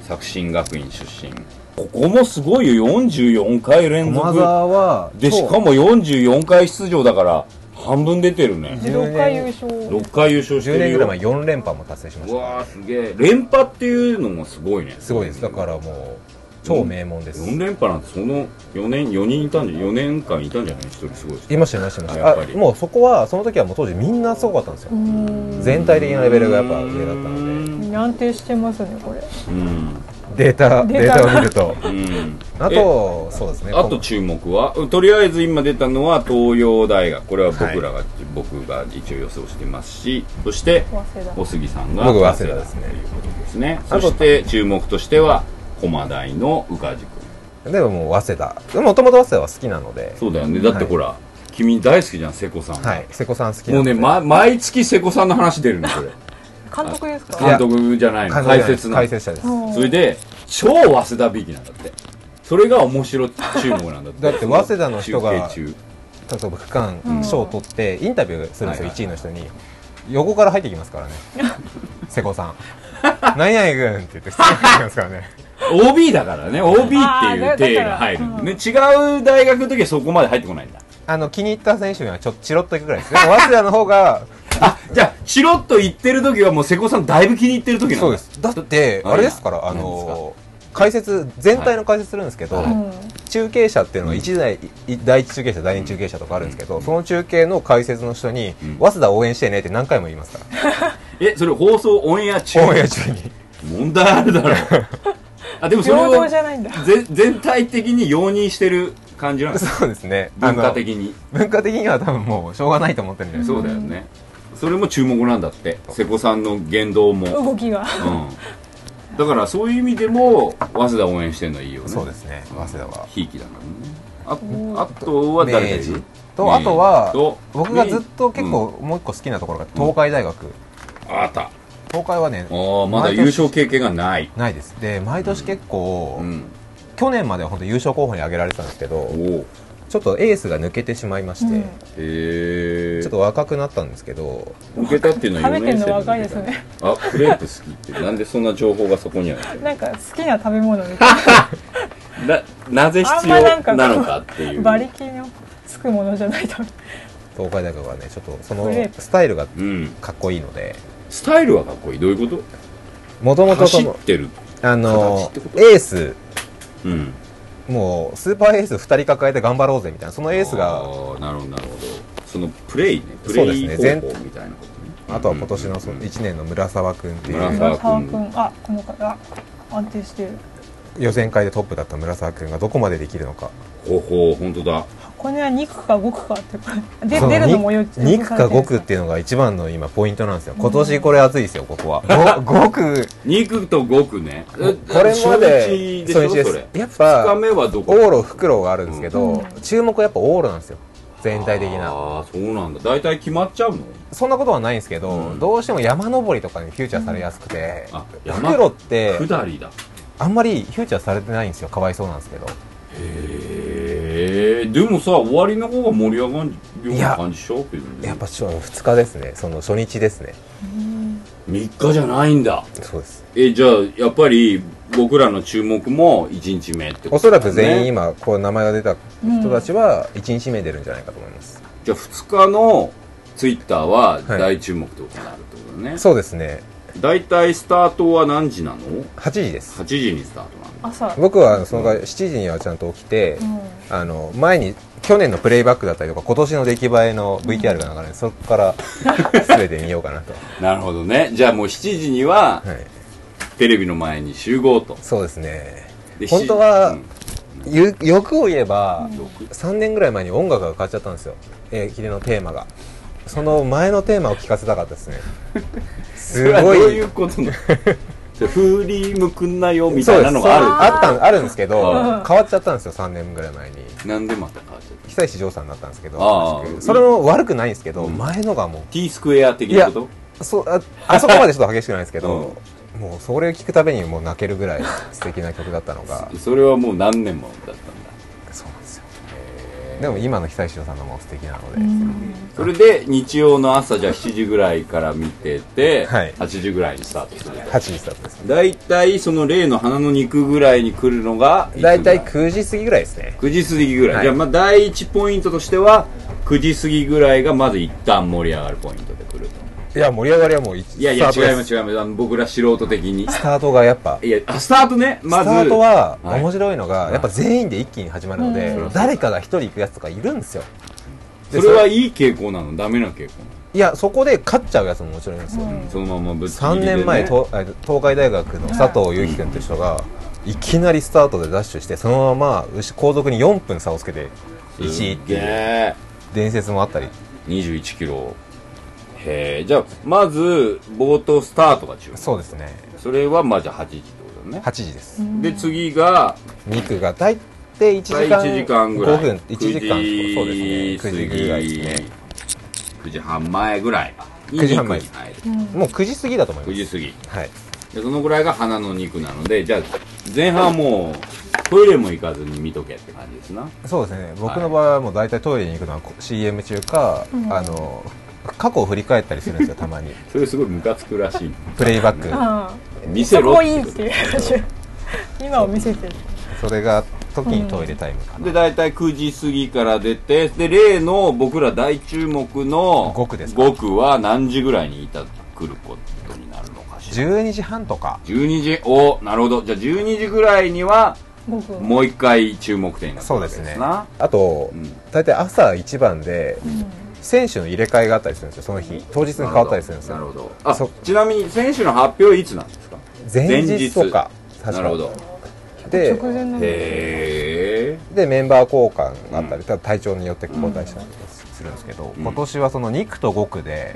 S2: 作新学院出身ここもすごいよ44回連
S3: 駒
S2: 続
S3: 澤は
S2: でしか
S3: も
S2: も44回出場だから半分出てるね
S4: 16回優勝
S2: 6回優勝してる
S3: 10
S2: よ
S3: 年ぐらい前4連覇も達成しまし
S2: う
S3: た
S2: わーすげえ連覇っていうのもすごいね
S3: すごいですだからもう超名門です
S2: 4連覇なんてその4年4人いたんじゃ4年間いたんじゃない1人すごいです
S3: いましたいましたいまし
S2: やったぱ
S3: あ
S2: り
S3: もうそこはその時はもう当時みんなすごかったんですよ全体的なレベルがやっぱ上だったので
S4: 安定してますねこれ
S2: うん
S3: データ
S4: デ
S3: デー
S4: ータ
S3: タを見る と
S2: うん
S3: あとそうですね
S2: あと注目はとりあえず今出たのは東洋大学これは僕らが、僕が一応予想してますしそして
S4: 早稲田
S2: 小杉さんが
S3: 僕は早稲田ですね
S2: ということですねそして注目としては駒大の宇梶君
S3: でももう早稲田もともと早稲田は好きなので
S2: そうだよねだってほら、君大好きじゃん瀬古さんが
S3: はい瀬古さん好きな
S2: も
S3: の
S2: うね、
S3: で
S2: ま、毎月瀬古さんの話出るのこれ
S4: 監督ですか
S3: い
S2: 監
S3: や
S2: 督じゃないの
S3: 完全
S2: 解
S3: に
S2: 説なの
S3: 解説者です
S4: うん
S2: それで超早稲田びいきなんだってそれが面白注目なんだって
S3: だって早稲田の人が
S2: 中継中
S3: 例えば区間
S4: うん
S3: 賞を取ってインタビューするんです
S2: はい
S3: よ、
S2: はい
S3: 1位の人に横から入ってきま すからね瀬古さん「何々君」って言って普通に入ってきますか らね
S2: OB だからね OB っていう体が入る
S4: あー
S2: ん
S4: だ
S2: でね違う大学の時はそこまで入ってこないんだ
S3: あの気に入った選手にはちょっとチロッといくぐらいですね早稲田の方が
S2: あじゃあチロッと言ってる時はもう瀬古さんだいぶ気に入ってる時なんだ
S3: そうですだって
S2: はい
S3: あれですからあ
S2: 何
S3: の解説全体の解説するんですけど、
S2: はい
S4: うん
S3: 中継車っていうのが1台、い第1中継車第2中継車とかあるんですけど、その中継の解説の人に、
S2: ん
S3: 早稲田応援してねって何回も言いますか
S2: えそれ放送オンエア中
S3: ら応援中に
S2: 問題あるだろう あでもそれ
S4: 平
S2: を
S4: 等じ ゃないんだ
S2: ぜ全体的に容認してる感じなんです
S3: そうですね
S2: 文
S3: あ
S2: 化
S3: の
S2: 的に
S3: 文化的には多分もうしょうがないと思ってるんじゃないで
S2: そう
S3: す
S2: だよねそれも注目なんだって瀬古さんの言動も、うん、
S4: 動きが
S2: だからそういう意味でも早稲田応援してるのはいいよね
S3: かそうですね早稲田は
S2: ひいきだからねああとは誰がい
S3: 明
S2: る
S3: 治とあとは
S2: 明治
S3: 僕がずっと結構もう一個好きなところが東海大学
S2: あったあ
S3: 東海はね
S2: ーまだ
S3: 毎年
S2: 優勝経験がない、
S3: ないですで毎年結構
S2: うん、
S3: 去年までは本当優勝候補に挙げられてたんですけ
S2: お
S3: ど
S2: おへ
S3: ちょっとエースが抜けてしまいまして
S2: え
S3: ちょっと若くなったんですけど
S2: 抜けたっていうのは
S4: 食
S2: 4
S4: べ
S2: 年
S4: てん
S2: 生
S4: の
S2: の
S4: 若いですね
S2: あクレープ好きってなんでそんな情報がそこにある
S4: なんか好きな食べ物みたい
S2: ななぜ 必
S4: あんまなん
S2: 要
S4: か
S2: なのかっていう
S4: な馬力のつくものじゃないと
S3: 東海大学はねちょっとそ
S4: グ
S3: の
S4: レープ
S3: スタイルが
S2: うん、
S3: かっこいいので
S2: スタイルはかっこいいどういうこ
S3: もと
S2: と
S3: もとそ
S2: 走っ
S3: の
S2: てる
S3: あ
S2: 形っ
S3: の
S2: てこと
S3: エース
S2: うん
S3: もうスーパーエース2人抱えて頑張ろうぜみたいなそのエース
S2: あ
S3: が
S2: ーなるほどなるほどそのプレイねプ
S3: そうで
S2: レ
S3: す
S2: イ
S3: ね
S2: 方法みたいなことね
S3: あとは今年のその1年の村沢君ってい
S2: 村
S3: う
S2: 沢
S4: 村沢君あこの方安定してる
S3: 予選会でトップだった村沢君がどこまでできるのか
S2: 方法本当だ
S4: これは2区か5区かってこれで
S3: その
S4: 出るのもよ
S3: に2区か5区っていうのが一番の今ポイントなんですよ今年これ熱いですよここは 5, 区
S2: 2区と5区ねえ
S3: これまで
S2: 初日でしょ
S3: 初
S2: そ
S3: 日
S2: れ
S3: やっ
S2: 2日
S3: ぱ
S2: 目はどこ
S3: 往路フクロウがあるんですけど、
S4: うん
S3: 注目はやっぱ往路なんですよ全体的な
S2: ああそうなんだ大体決まっちゃうの
S3: そんなことはないんですけど、
S2: うん
S3: どうしても山登りとかにフューチャーされやすくて、
S2: あ
S3: フ
S2: 山
S3: クロウって
S2: 下りだ
S3: あんまりフューチャーされてないんですよかわいそうなんですけど
S2: へえでもさ終わりの方が盛り上がるような感じしちゃうけどね
S3: やっぱちょ2日ですねその初日ですね
S2: 3日じゃないんだ
S3: そうです
S2: えじゃあやっぱり僕らの注目も1日目ってこと
S3: おそらく
S2: だ
S3: 全員
S2: ね
S3: 今こう名前が出た人たちは1日目出るんじゃないかと思います、
S2: じゃあ2日のツイッターは
S3: はい
S2: 大注目ってことになるってことだね、
S3: そうですね
S2: 大体スタートは何時なの
S3: 8時です
S2: 8時にスタートなんだ
S4: 朝
S3: 僕はその7時にはちゃんと起きて、
S4: う
S3: あの前に去年のプレイバックだったりとか今年の出来栄えの VTR が流れて、そこ から全て見ようかなと、
S2: なるほどねじゃあもう7時には
S3: はい、
S2: テレビの前に集合と
S3: そうですね
S2: で
S3: 本当は
S2: うん
S3: ゆ欲を言えば、
S2: 欲
S3: 3年ぐらい前に音楽が変わっちゃったんですよ駅伝のテーマがその前のテーマを聞かせたかったです ねす
S2: それはど
S3: ご
S2: う
S3: い
S2: いうこと なのそれ振り向くなよみたいなのがある
S3: そうですそうあったんあるんですけど
S2: う
S3: 変わっちゃったんですよ3年ぐらい前に
S2: なんでまた変わっちゃった
S3: 久石譲さんになったんですけど
S2: ああ
S3: 新しくそれも悪くないんですけど、前のがも
S2: T スクエア的なこと
S3: うそああそこまでちょっと激しくないんですけど、もうそれを聞くたびにもう泣けるぐらい素敵な曲だったのが
S2: それはもう何年もだったんだ
S3: そうなんですよでも今の久石譲さんのも素敵なので、
S2: それで日曜の朝じゃあ7時ぐらいから見てて、
S3: はい
S2: 8時ぐらいにスタートする
S3: 8時スタートです
S2: だいたいその例の花の肉ぐらいに来るのが
S3: だいたい
S2: つぐら
S3: 9時過ぎぐらいですね
S2: 9時過ぎぐらい、
S3: はい
S2: じゃあまあ第一ポイントとしては9時過ぎぐらいがまず一旦盛り上がるポイントで来ると
S3: いや盛り上がりはもうい
S2: いやいや
S3: スタ
S2: 違い
S3: ートで
S2: ます違いますあの僕ら素人的に
S3: スタートがやっぱ
S2: いやあスタートねまず
S3: スタートは
S2: はい
S3: 面白いのが、やっぱ全員で一気に始まるので、誰かが一人行くやつとかいるんですよ
S2: それはいい傾向なのダメな傾向
S3: いやそこで勝っちゃうやつももちろんいるんですよ、
S2: なの、そのままぶっちぎ
S3: 3
S2: りでね
S3: 年前、東あ東海大学の佐藤悠樹君という人が、いきなりスタートでダッシュしてそのまま牛後続に4分差をつけて1位っていう
S2: ね
S3: 伝説もあったり
S2: 21キロへえじゃあまず冒頭スタートが中
S3: そうですね
S2: それはまあじゃあ8時ってことだね
S3: 8時です
S2: で次が
S3: 2区が大抵1時間
S2: 1時間ぐらい
S3: 5分1時間そうですね9時ぐらいですね
S2: ね9時半前ぐらい
S3: 9時半前
S2: に入る
S3: もう9時過ぎだと思いま
S2: 9時
S3: す
S2: 過ぎ
S3: はい
S2: でそのぐらいが花の肉なのでじゃあ前半はもうトイレも行かずに見とけって感じですな
S3: そうですね僕の場合はもう大体トイレに行くのはこ CM 中か、あの過去を振り返ったりするんですよたまに
S2: それすごいムカつくらしい
S3: プレイバッ
S4: あ
S2: 見
S4: そ
S2: せろ
S4: こ
S2: っ
S4: い
S2: て
S4: い
S2: 言う
S4: っていう話今を見せてる
S3: クそれが時にトイレタイムかな、
S2: で大体9時過ぎから出てで例の僕ら大注目の
S3: 五区ですか
S2: 5区は何時ぐらいにいた来ることになるのかしら
S3: 12時半とか
S2: 12時おなるほどじゃあ12時ぐらいには
S4: 5区
S2: もう一回注目点が来る
S3: そう
S2: わ
S3: で
S2: けです
S3: すね
S2: な
S3: あと、
S2: ん
S3: 大体朝一番で選手の入れ替えがあったりするんですよその日当日に変わったりするんです
S2: なるほ
S3: よ
S2: どあ
S3: そ
S2: ちなみに選手の発表いつなんですか
S3: 前日とか
S2: 前日なるほど
S3: で
S4: 直前なんで
S2: へえ
S3: でメンバー交換があったり、ただ体調によって交代したりとかするんですけど、今年はその2区と5区で、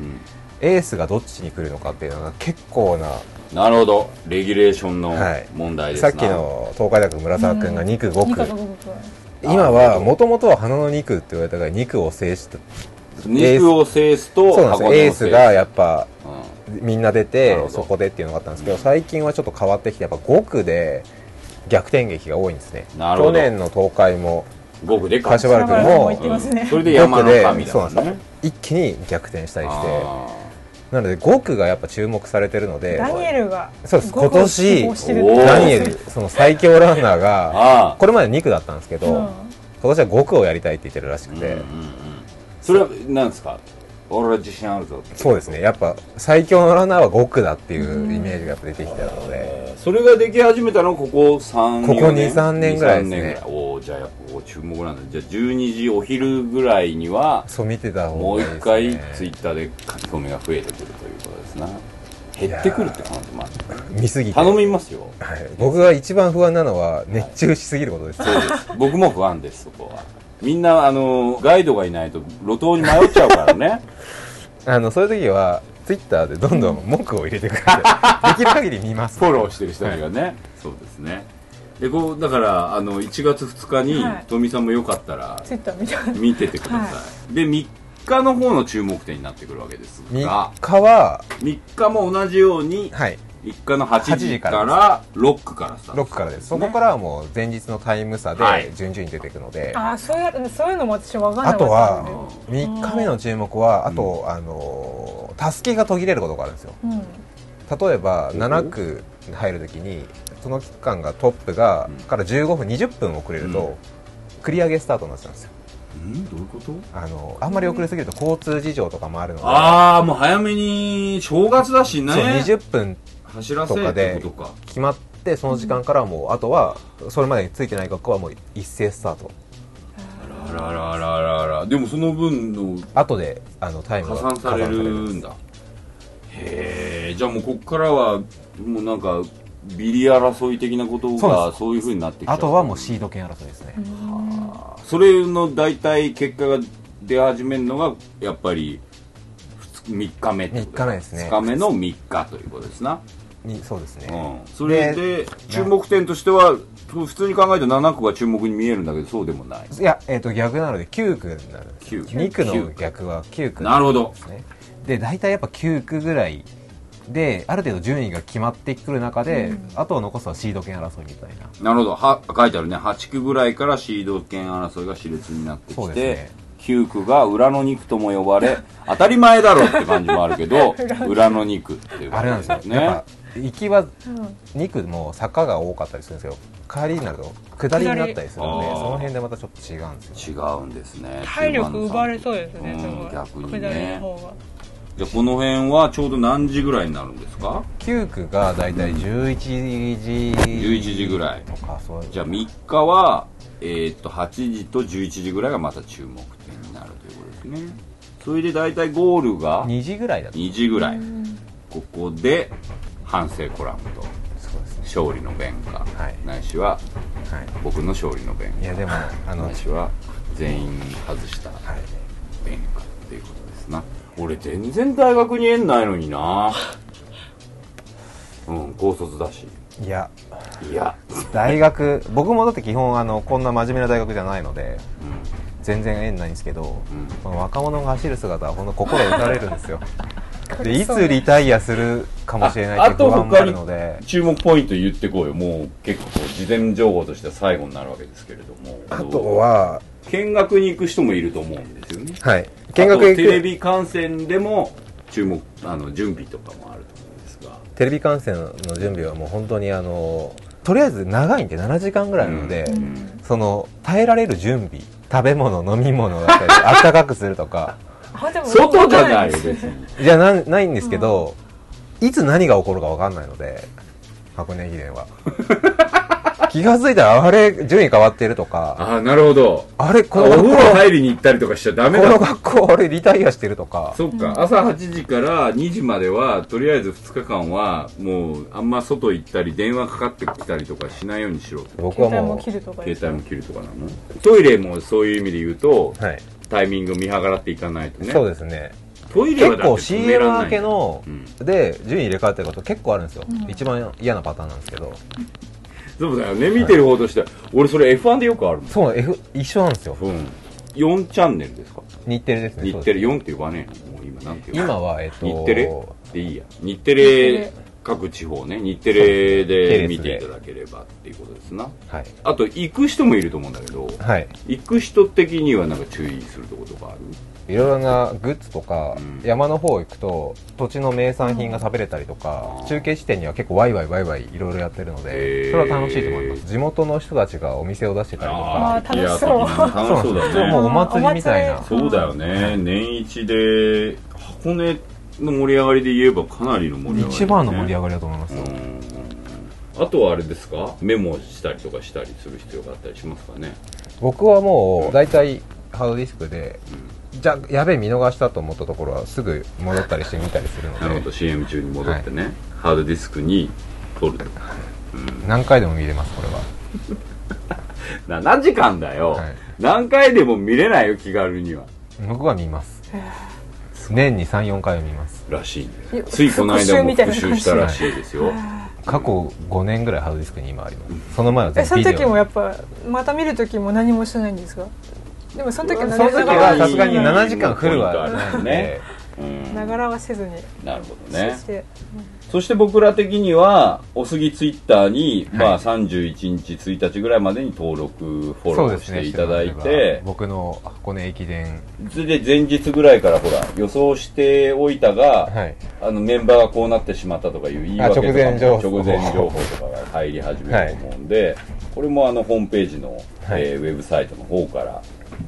S2: ん
S3: エースがどっちに来るのかっていうのが結構な
S2: なるほどレギュレーションの
S3: はい
S2: 問題です
S3: さ
S2: な、
S3: っきの東海大学村沢君が2区5
S4: 2
S3: 区、
S4: 区と5区は
S3: 今はもともとは花の2区って言われたから2区を制した
S2: 肉を制すと
S3: そうなんですよ
S2: 箱根
S3: エ
S2: を
S3: ー
S2: 制す
S3: スがやっぱ
S2: うん
S3: みんな出
S2: な
S3: て
S2: るほど
S3: そこでっていうのがあったんですけど最近はちょっと変わってきてやっぱ5区で逆転劇が多いんですね
S2: なるほど
S3: 去年の東海も
S2: 5区で勝つ
S3: 柏原君
S4: 柏原君も
S3: も
S4: 行ってますね
S2: それで山
S3: 5
S2: の
S3: 区で
S2: 神だ
S3: そう
S2: も
S3: なんんです
S2: ね
S3: よ一気に逆転したりして
S2: あー
S3: なので5区がやっぱ注目されてるので
S4: ダニエルが
S3: そうです
S4: 5区を希望してるって
S2: おー
S3: ダニエルその最強ランナ
S2: あ
S3: ー
S2: あ
S3: がこれまで2区だったんですけど
S4: うん
S3: 今年は5区をやりたいって言ってるらしくて、
S2: それはなんですか俺は自信あるぞ
S3: そうですねやっぱ最強のランナーは5区だっていうイメージが出てきたので、
S2: それができ始めたのここ3
S3: ここ23年ぐらいですね
S2: おおじゃあやっぱこう注目なんだじゃあ12時お昼ぐらいには
S3: そう見てた
S2: も
S3: 方
S2: う
S3: がい
S2: 一
S3: いです、ね、
S2: 回ツイッターで書き込みが増えてくるということですな減ってくるって可能性もある
S3: 見すぎて
S2: 頼みますよ
S3: はい、僕が一番不安なのは熱中しすぎることで
S2: そ
S3: す、
S2: うです僕も不安ですそこはみんなあのガイドがいないと路頭に迷っちゃうからね
S3: あのそういう時はツイッターでどんどん文句を入れ てくれてできる限り見ま す
S2: フォローしてる人たちがね、そうですねでこうだからあの1月2日に、
S4: はい
S2: 富さんもよかったら
S4: ツイッターみたいな
S2: 見ててください、
S4: は
S2: で3日の方の注目点になってくるわけですが
S3: 3日は
S2: 3日も同じように
S3: はい
S2: 3日の8
S3: 8時
S2: 時
S3: か
S2: かららロックからスター
S3: ロッ
S2: ト
S3: クからですそこからはもう前日のタイム差
S2: はい
S3: で順々に出ていくので、
S4: あーそうやそういうのも私分かんな
S3: あ
S4: かった
S3: と
S4: んで
S3: は3日目の注目はあと、あのタスキが途切れることがあるんですよ
S4: うん
S3: 例えば7区入るときにその期間がトップが、から15分20分遅れると、繰り上げスタートになってたんですよ
S2: んどういうこと
S3: あのあんまり遅れすぎると交通事情とかもあるので
S2: ああもう早めに正月だしね
S3: そう20分
S2: 走らせ
S3: とか
S2: ってこ
S3: で
S2: とか
S3: 決まってその時間からはもうあとはそれまでについてない学校はもう一斉スタート
S2: あらあらあらあらあらでもその分の
S3: 後であのタイム
S2: 加
S3: が
S2: 算される
S3: 加算
S2: んだへえじゃあもうこっからはもうなんかビリ争い的なこと
S3: そう
S2: がそういうふうになってきちゃう
S3: あとはもうシード権争いですね、
S2: それの大体結果が出始めるのがやっぱり3日目ってこと
S3: 三日目ですね
S2: 2日目の3日ということですな、
S3: にそうです
S2: う
S3: ね、
S2: ん、それで注目点としては普通に考えて7区が注目に見えるんだけどそうでもない
S3: いや、えー、と逆なので9区になるんです
S2: 九区
S3: 2区の逆は9区
S2: なるほど
S3: ですねで大体やっぱ9区ぐらいである程度順位が決まってくる中で、あとを残すはシード権争いみたいな
S2: なるほどは書いてあるね8区ぐらいからシード権争いが熾烈になって
S3: そ
S2: き
S3: う
S2: て、
S3: ですね
S2: 9区が裏の肉とも呼ばれ当たり前だろって感じもあるけ ど裏の肉っていう
S3: あれなんですよ、
S2: ね
S3: やっぱ行きは
S4: うん
S3: 2区も坂が多かったりするんですよ帰りになると下りになったりするので
S2: 下りあー
S3: その辺でまたちょっと違うんですよ
S2: 違うんですね
S4: 体力奪われそうですね、
S2: うん
S4: すごい。
S2: 逆に
S4: 下りの
S2: ね
S4: 方が。
S2: じゃあこの辺はちょうど何時ぐらいになるんですか
S3: 9区が大体11時
S2: 11時ぐらい
S3: とかそう
S2: じゃあ3日は、えーっと8時と11時ぐらいがまた注目点になるということですねそれで大体ゴールが
S3: 2時ぐらいだと
S2: 2時ぐらいここで反省コラムと
S3: そうですね
S2: 勝利の弁か、
S3: はい
S2: ないしは
S3: は
S2: 僕の勝利の弁
S3: いいやでもあの
S2: ないしは全員外した弁かっていうことですな俺全然大学に縁ないのになうん高卒だし
S3: いや
S2: いや
S3: 大学僕もだって基本あのこんな真面目な大学じゃないので全然縁ないんですけど、この若者が走る姿はほんと心打たれるん ですよでいつリタイアするかもしれないっていう不安もあるので
S2: 注目ポイント言ってこうよもう結構事前情報としては最後になるわけですけれども
S3: あとは
S2: 見学に行く人もいると思うんですよね
S3: はい見学
S2: あとテレ
S3: 行く
S2: ビ観戦でも注目あの準備とかもあると思うんですが
S3: テレビ観戦の準備はもう本当にあのとりあえず長いんで7時間ぐらいあるので、その耐えられる準備食べ物飲み物だった りあったかくするとか
S4: あ、でも
S2: 外じゃないよ別に
S3: じゃなないんですけど、いつ何が起こるか分かんないので箱根駅伝は 気が付いたらあれ順位変わってるとか
S2: ああなるほど
S3: あれ
S2: お
S3: この
S2: 風
S3: 学
S2: 呂
S3: 校
S2: 入りに行ったりとかしちゃダメ
S3: この
S2: だ
S3: 学校あれリタイアしてるとか
S2: そっか、朝8時から2時まではとりあえず2日間はもうあんま外行ったり電話かかってきたりとかしないようにしろと
S3: 僕は
S4: 携帯も
S3: も
S4: 切るとかです。
S2: 携帯も切るとかなのトイレもそういう意味で言うと
S3: う、はい
S2: タイミング見計らっていかないとね
S3: そうですね
S2: トイレはだ
S3: 結
S2: って
S3: 構
S2: 止め
S3: CM
S2: らんない
S3: 明けの
S2: うん
S3: で順位入れ替わってること結構あるんですよ、一番嫌なパターンなんですけど
S2: そうだよね見てる方としては、俺それ F1 でよくあるもん
S3: そう、F、一緒なんですよ
S2: うん4チャンネルですか
S3: 日テレですね
S2: 日テレ4って呼ばねえのもう今なんて
S3: そ
S2: 呼
S3: うです
S2: ば
S3: 今はえっと
S2: 日テレでいいや日テ
S4: 日テレ
S2: レ各地方ね日テレで見ていただければっていうことですな
S3: はい
S2: あと行く人もいると思うんだけど
S3: はい
S2: 行く人的にはなんか注意するとことかある
S3: いろいろなグッズとか、
S2: うん
S3: 山の方行くと土地の名産品が食べれたりとか、
S2: うん
S3: 中継地点には結構ワイワイワイワイいろいろやってるの
S2: へ
S3: で
S2: ー
S3: それは楽しいと思います地元の人たちがお店を出してたりと
S4: あ
S3: か
S4: ー楽しそう
S2: いや楽しそうだね
S3: もうお祭りみたいな
S4: お祭り
S2: そうだよね年一で箱根の盛り上がりで言えばかなりの盛り上がり、ね、
S3: 一番の盛り上がりだと思いますよ、
S2: うんあとはあれですかメモしたりとかしたりする必要があったりしますかね
S3: 僕はもう大体ハードディスクで、じゃやべえ見逃したと思ったところはすぐ戻ったりして見たりするので
S2: なるほど CM 中に戻ってね、ハードディスクに取ると
S3: 何回でも見れますこれは
S2: な何時間だよ、
S3: はい
S2: 何回でも見れないよ気軽には
S3: 僕は見ます年に34回は見ます
S2: らしいんです
S4: いや
S2: ついこの間も
S4: 復習みたい
S2: 復
S4: な
S2: 習したらしいですよ
S3: 過去5年ぐらいハードディスクに今ありますその前は
S4: え
S3: 全
S4: そ
S3: 部
S4: の
S3: ビデオ
S4: 時もやっぱまた見る時も何もしてないんですかでもその時は
S3: その時はさすがに7時間フルはないの
S2: ね
S3: で
S2: うん
S4: ながらはせずに
S2: なるほどね
S4: して
S2: そして僕ら的にはおすぎツイッターに、
S3: はい
S2: まあ31日1日ぐらいまでに登録フォ
S3: そ
S2: ロ
S3: う
S2: ー
S3: で
S2: し
S3: すね
S2: ていただい
S3: してもらえれ
S2: て
S3: ば僕の箱根駅伝
S2: それで前日ぐらいからほら予想しておいたが、
S3: はい
S2: あのメンバーがこうなってしまったとかいう言い訳とかも
S3: あ直前情報
S2: 直前情報とかが入り始めると思うんで、これもあのホームページの、
S3: はい
S2: えーウェブサイトの方から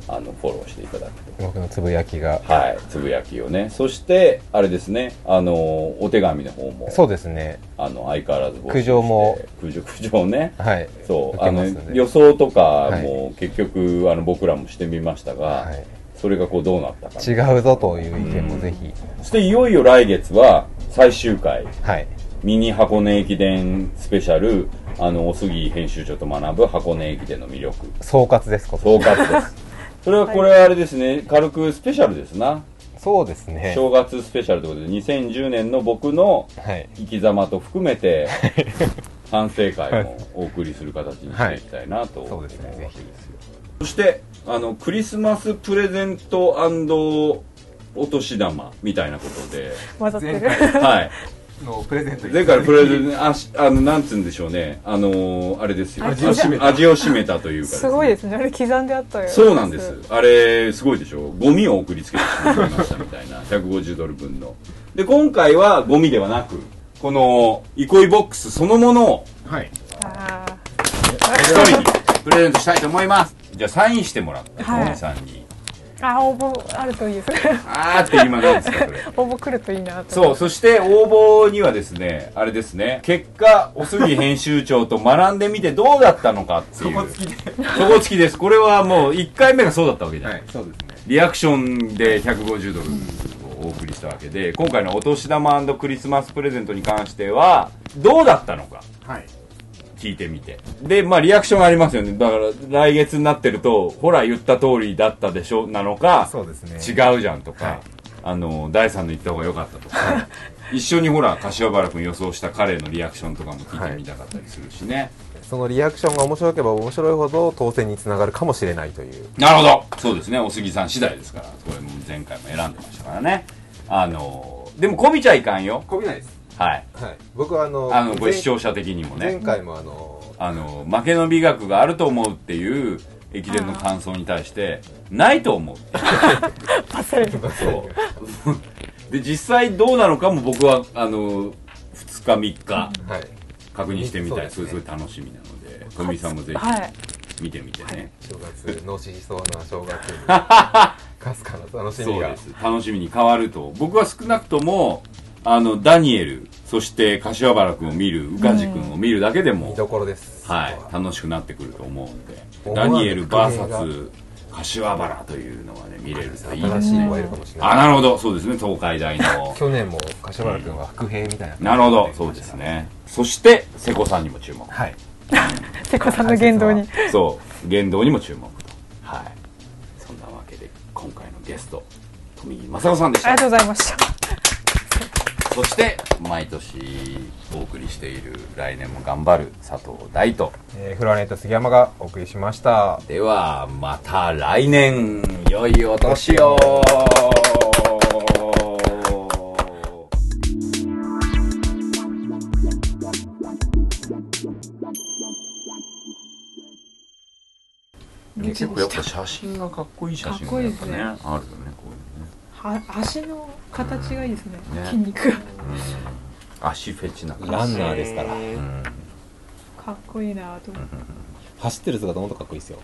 S2: あのフォローしていただくと。
S3: 僕のつぶやきが
S2: はい、つぶやきをねそしてあれですねあのお手紙の方も
S3: そうですね
S2: あの相変わらず募集して
S3: 苦情も
S2: 苦情 苦情ね
S3: はい
S2: そう
S3: 受
S2: あ
S3: けま
S2: の
S3: すんで
S2: 予想とかも結局、あの僕らもしてみましたが、
S3: はい
S2: それがこうどうなったか
S3: 違うぞという意見もぜひ
S2: そしていよいよ来月は最終回
S3: はい
S2: ミニ箱根駅伝スペシャルあのお杉編集長と学ぶ箱根駅伝の魅力
S3: 総括ですこ
S2: 総括です それはこれはあれですね軽くスペシャルですな
S3: そうですね
S2: 正月スペシャルということで2010年の僕の
S3: はい
S2: 生き様と含めて反省会もお送りする形にしていきたいなと思う
S3: そう
S2: わ
S3: です
S2: け
S3: ね
S2: ですよ、
S3: ぜひ
S2: そしてあのクリスマスプレゼントお年玉みたいなことで、
S4: 混ざってる
S3: 前
S2: はい、
S3: のプレゼント
S2: 前回のプレゼンあしあのなんつうんでしょうねあのーあれですよ
S4: 味を占め
S2: あ味を占めたというか
S4: すごいですねあれ刻んであったよ
S2: そうなんですあれすごいでしょゴミを送りつけてしまいましたみたいな150ドル分ので今回はゴミではなくこの憩いボックスそのものを
S9: はい
S4: あー
S2: 一人にプレゼントしたいと思いますじゃあサインしてもらって
S4: はい
S2: モミさんに
S4: あー応募あるといいです
S2: あーって今なんですかこれ
S4: 応募来るといいなと
S2: そうそして応募にはですねあれですね結果おすぎ編集長と学んでみてどうだったのかっていうそこ付きでそこ付きですこれはもう1回目がそうだったわけじゃない、
S9: そうですね
S2: リアクションで150ドルをお送りしたわけで今回のお年玉クリスマスプレゼントに関してはどうだったのか
S9: はい
S2: 聞いてみてでまあリアクションがありますよねだから来月になってるとほら言った通りだったでしょなのか
S3: そうですね
S2: 違うじゃんとか、あの第3の言った方が良かったと か一緒にほら柏原君予想した彼のリアクションとかも聞いてみたかったりするしね、
S3: そのリアクションが面白ければ面白いほど当選につながるかもしれないという
S2: なるほどそうですねお杉さん次第ですからこれも前回も選んでましたからねあのでもこびちゃいかんよ
S3: こびないです
S2: はい
S3: はい僕はあの
S2: あの
S3: 前
S2: ご視聴者的にも
S3: 前
S2: ね
S3: 回もあの
S2: あの負けの美学があると思うっていう駅伝の感想に対してないと思う
S4: あそれる
S2: そうで実際どうなのかも僕はあの2日3日
S3: はい
S2: 確認してみたい、そ
S3: そう
S2: れ
S3: です
S2: すご
S3: ね
S2: い楽しみなので富井さんもぜ
S4: はい
S2: ひ見てみてね、
S3: 正月のしそうな正 月にかすかな楽し
S2: そ
S3: み
S2: う
S3: が
S2: です楽しみに変わると僕は少なくともあのダニエルそして柏原君を見る宇梶君を見るだけでも、
S3: 見どころです
S2: はい、楽しくなってくると思うんで
S3: 思わ
S2: ダ
S3: ぬ
S2: ニエル
S3: 光景が
S2: VS 柏原というのがね見れるといいで
S3: 新
S2: す
S3: しい
S2: ね
S3: 子がいるかもしれ
S2: あ
S3: ない
S2: なるほどそうですね東海大の
S3: 去年も柏原君は副兵みたいな
S2: なるほどそうですねそして瀬古さんにも注目
S3: はい
S4: 瀬古さんの言動に
S2: そう言動にも注目とはいそんなわけで今回のゲスト富井正子さんでし
S4: あり
S2: た
S4: がとうございま した
S2: そして毎年お送りしている来年も頑張る佐藤大と
S3: えーフロアネット杉山がお送りしました
S2: ではまた来年良いお年を結構やっぱ写真がかっこいい写真がやっぱね
S4: か
S2: あるよねこういうね
S4: は足の形がいいですね
S2: ね
S4: 筋肉が
S2: 足フェチな感じ
S10: ランナーですから
S2: うん
S4: かっこいいなと思って
S10: 走ってる姿もっとかっこいいですよ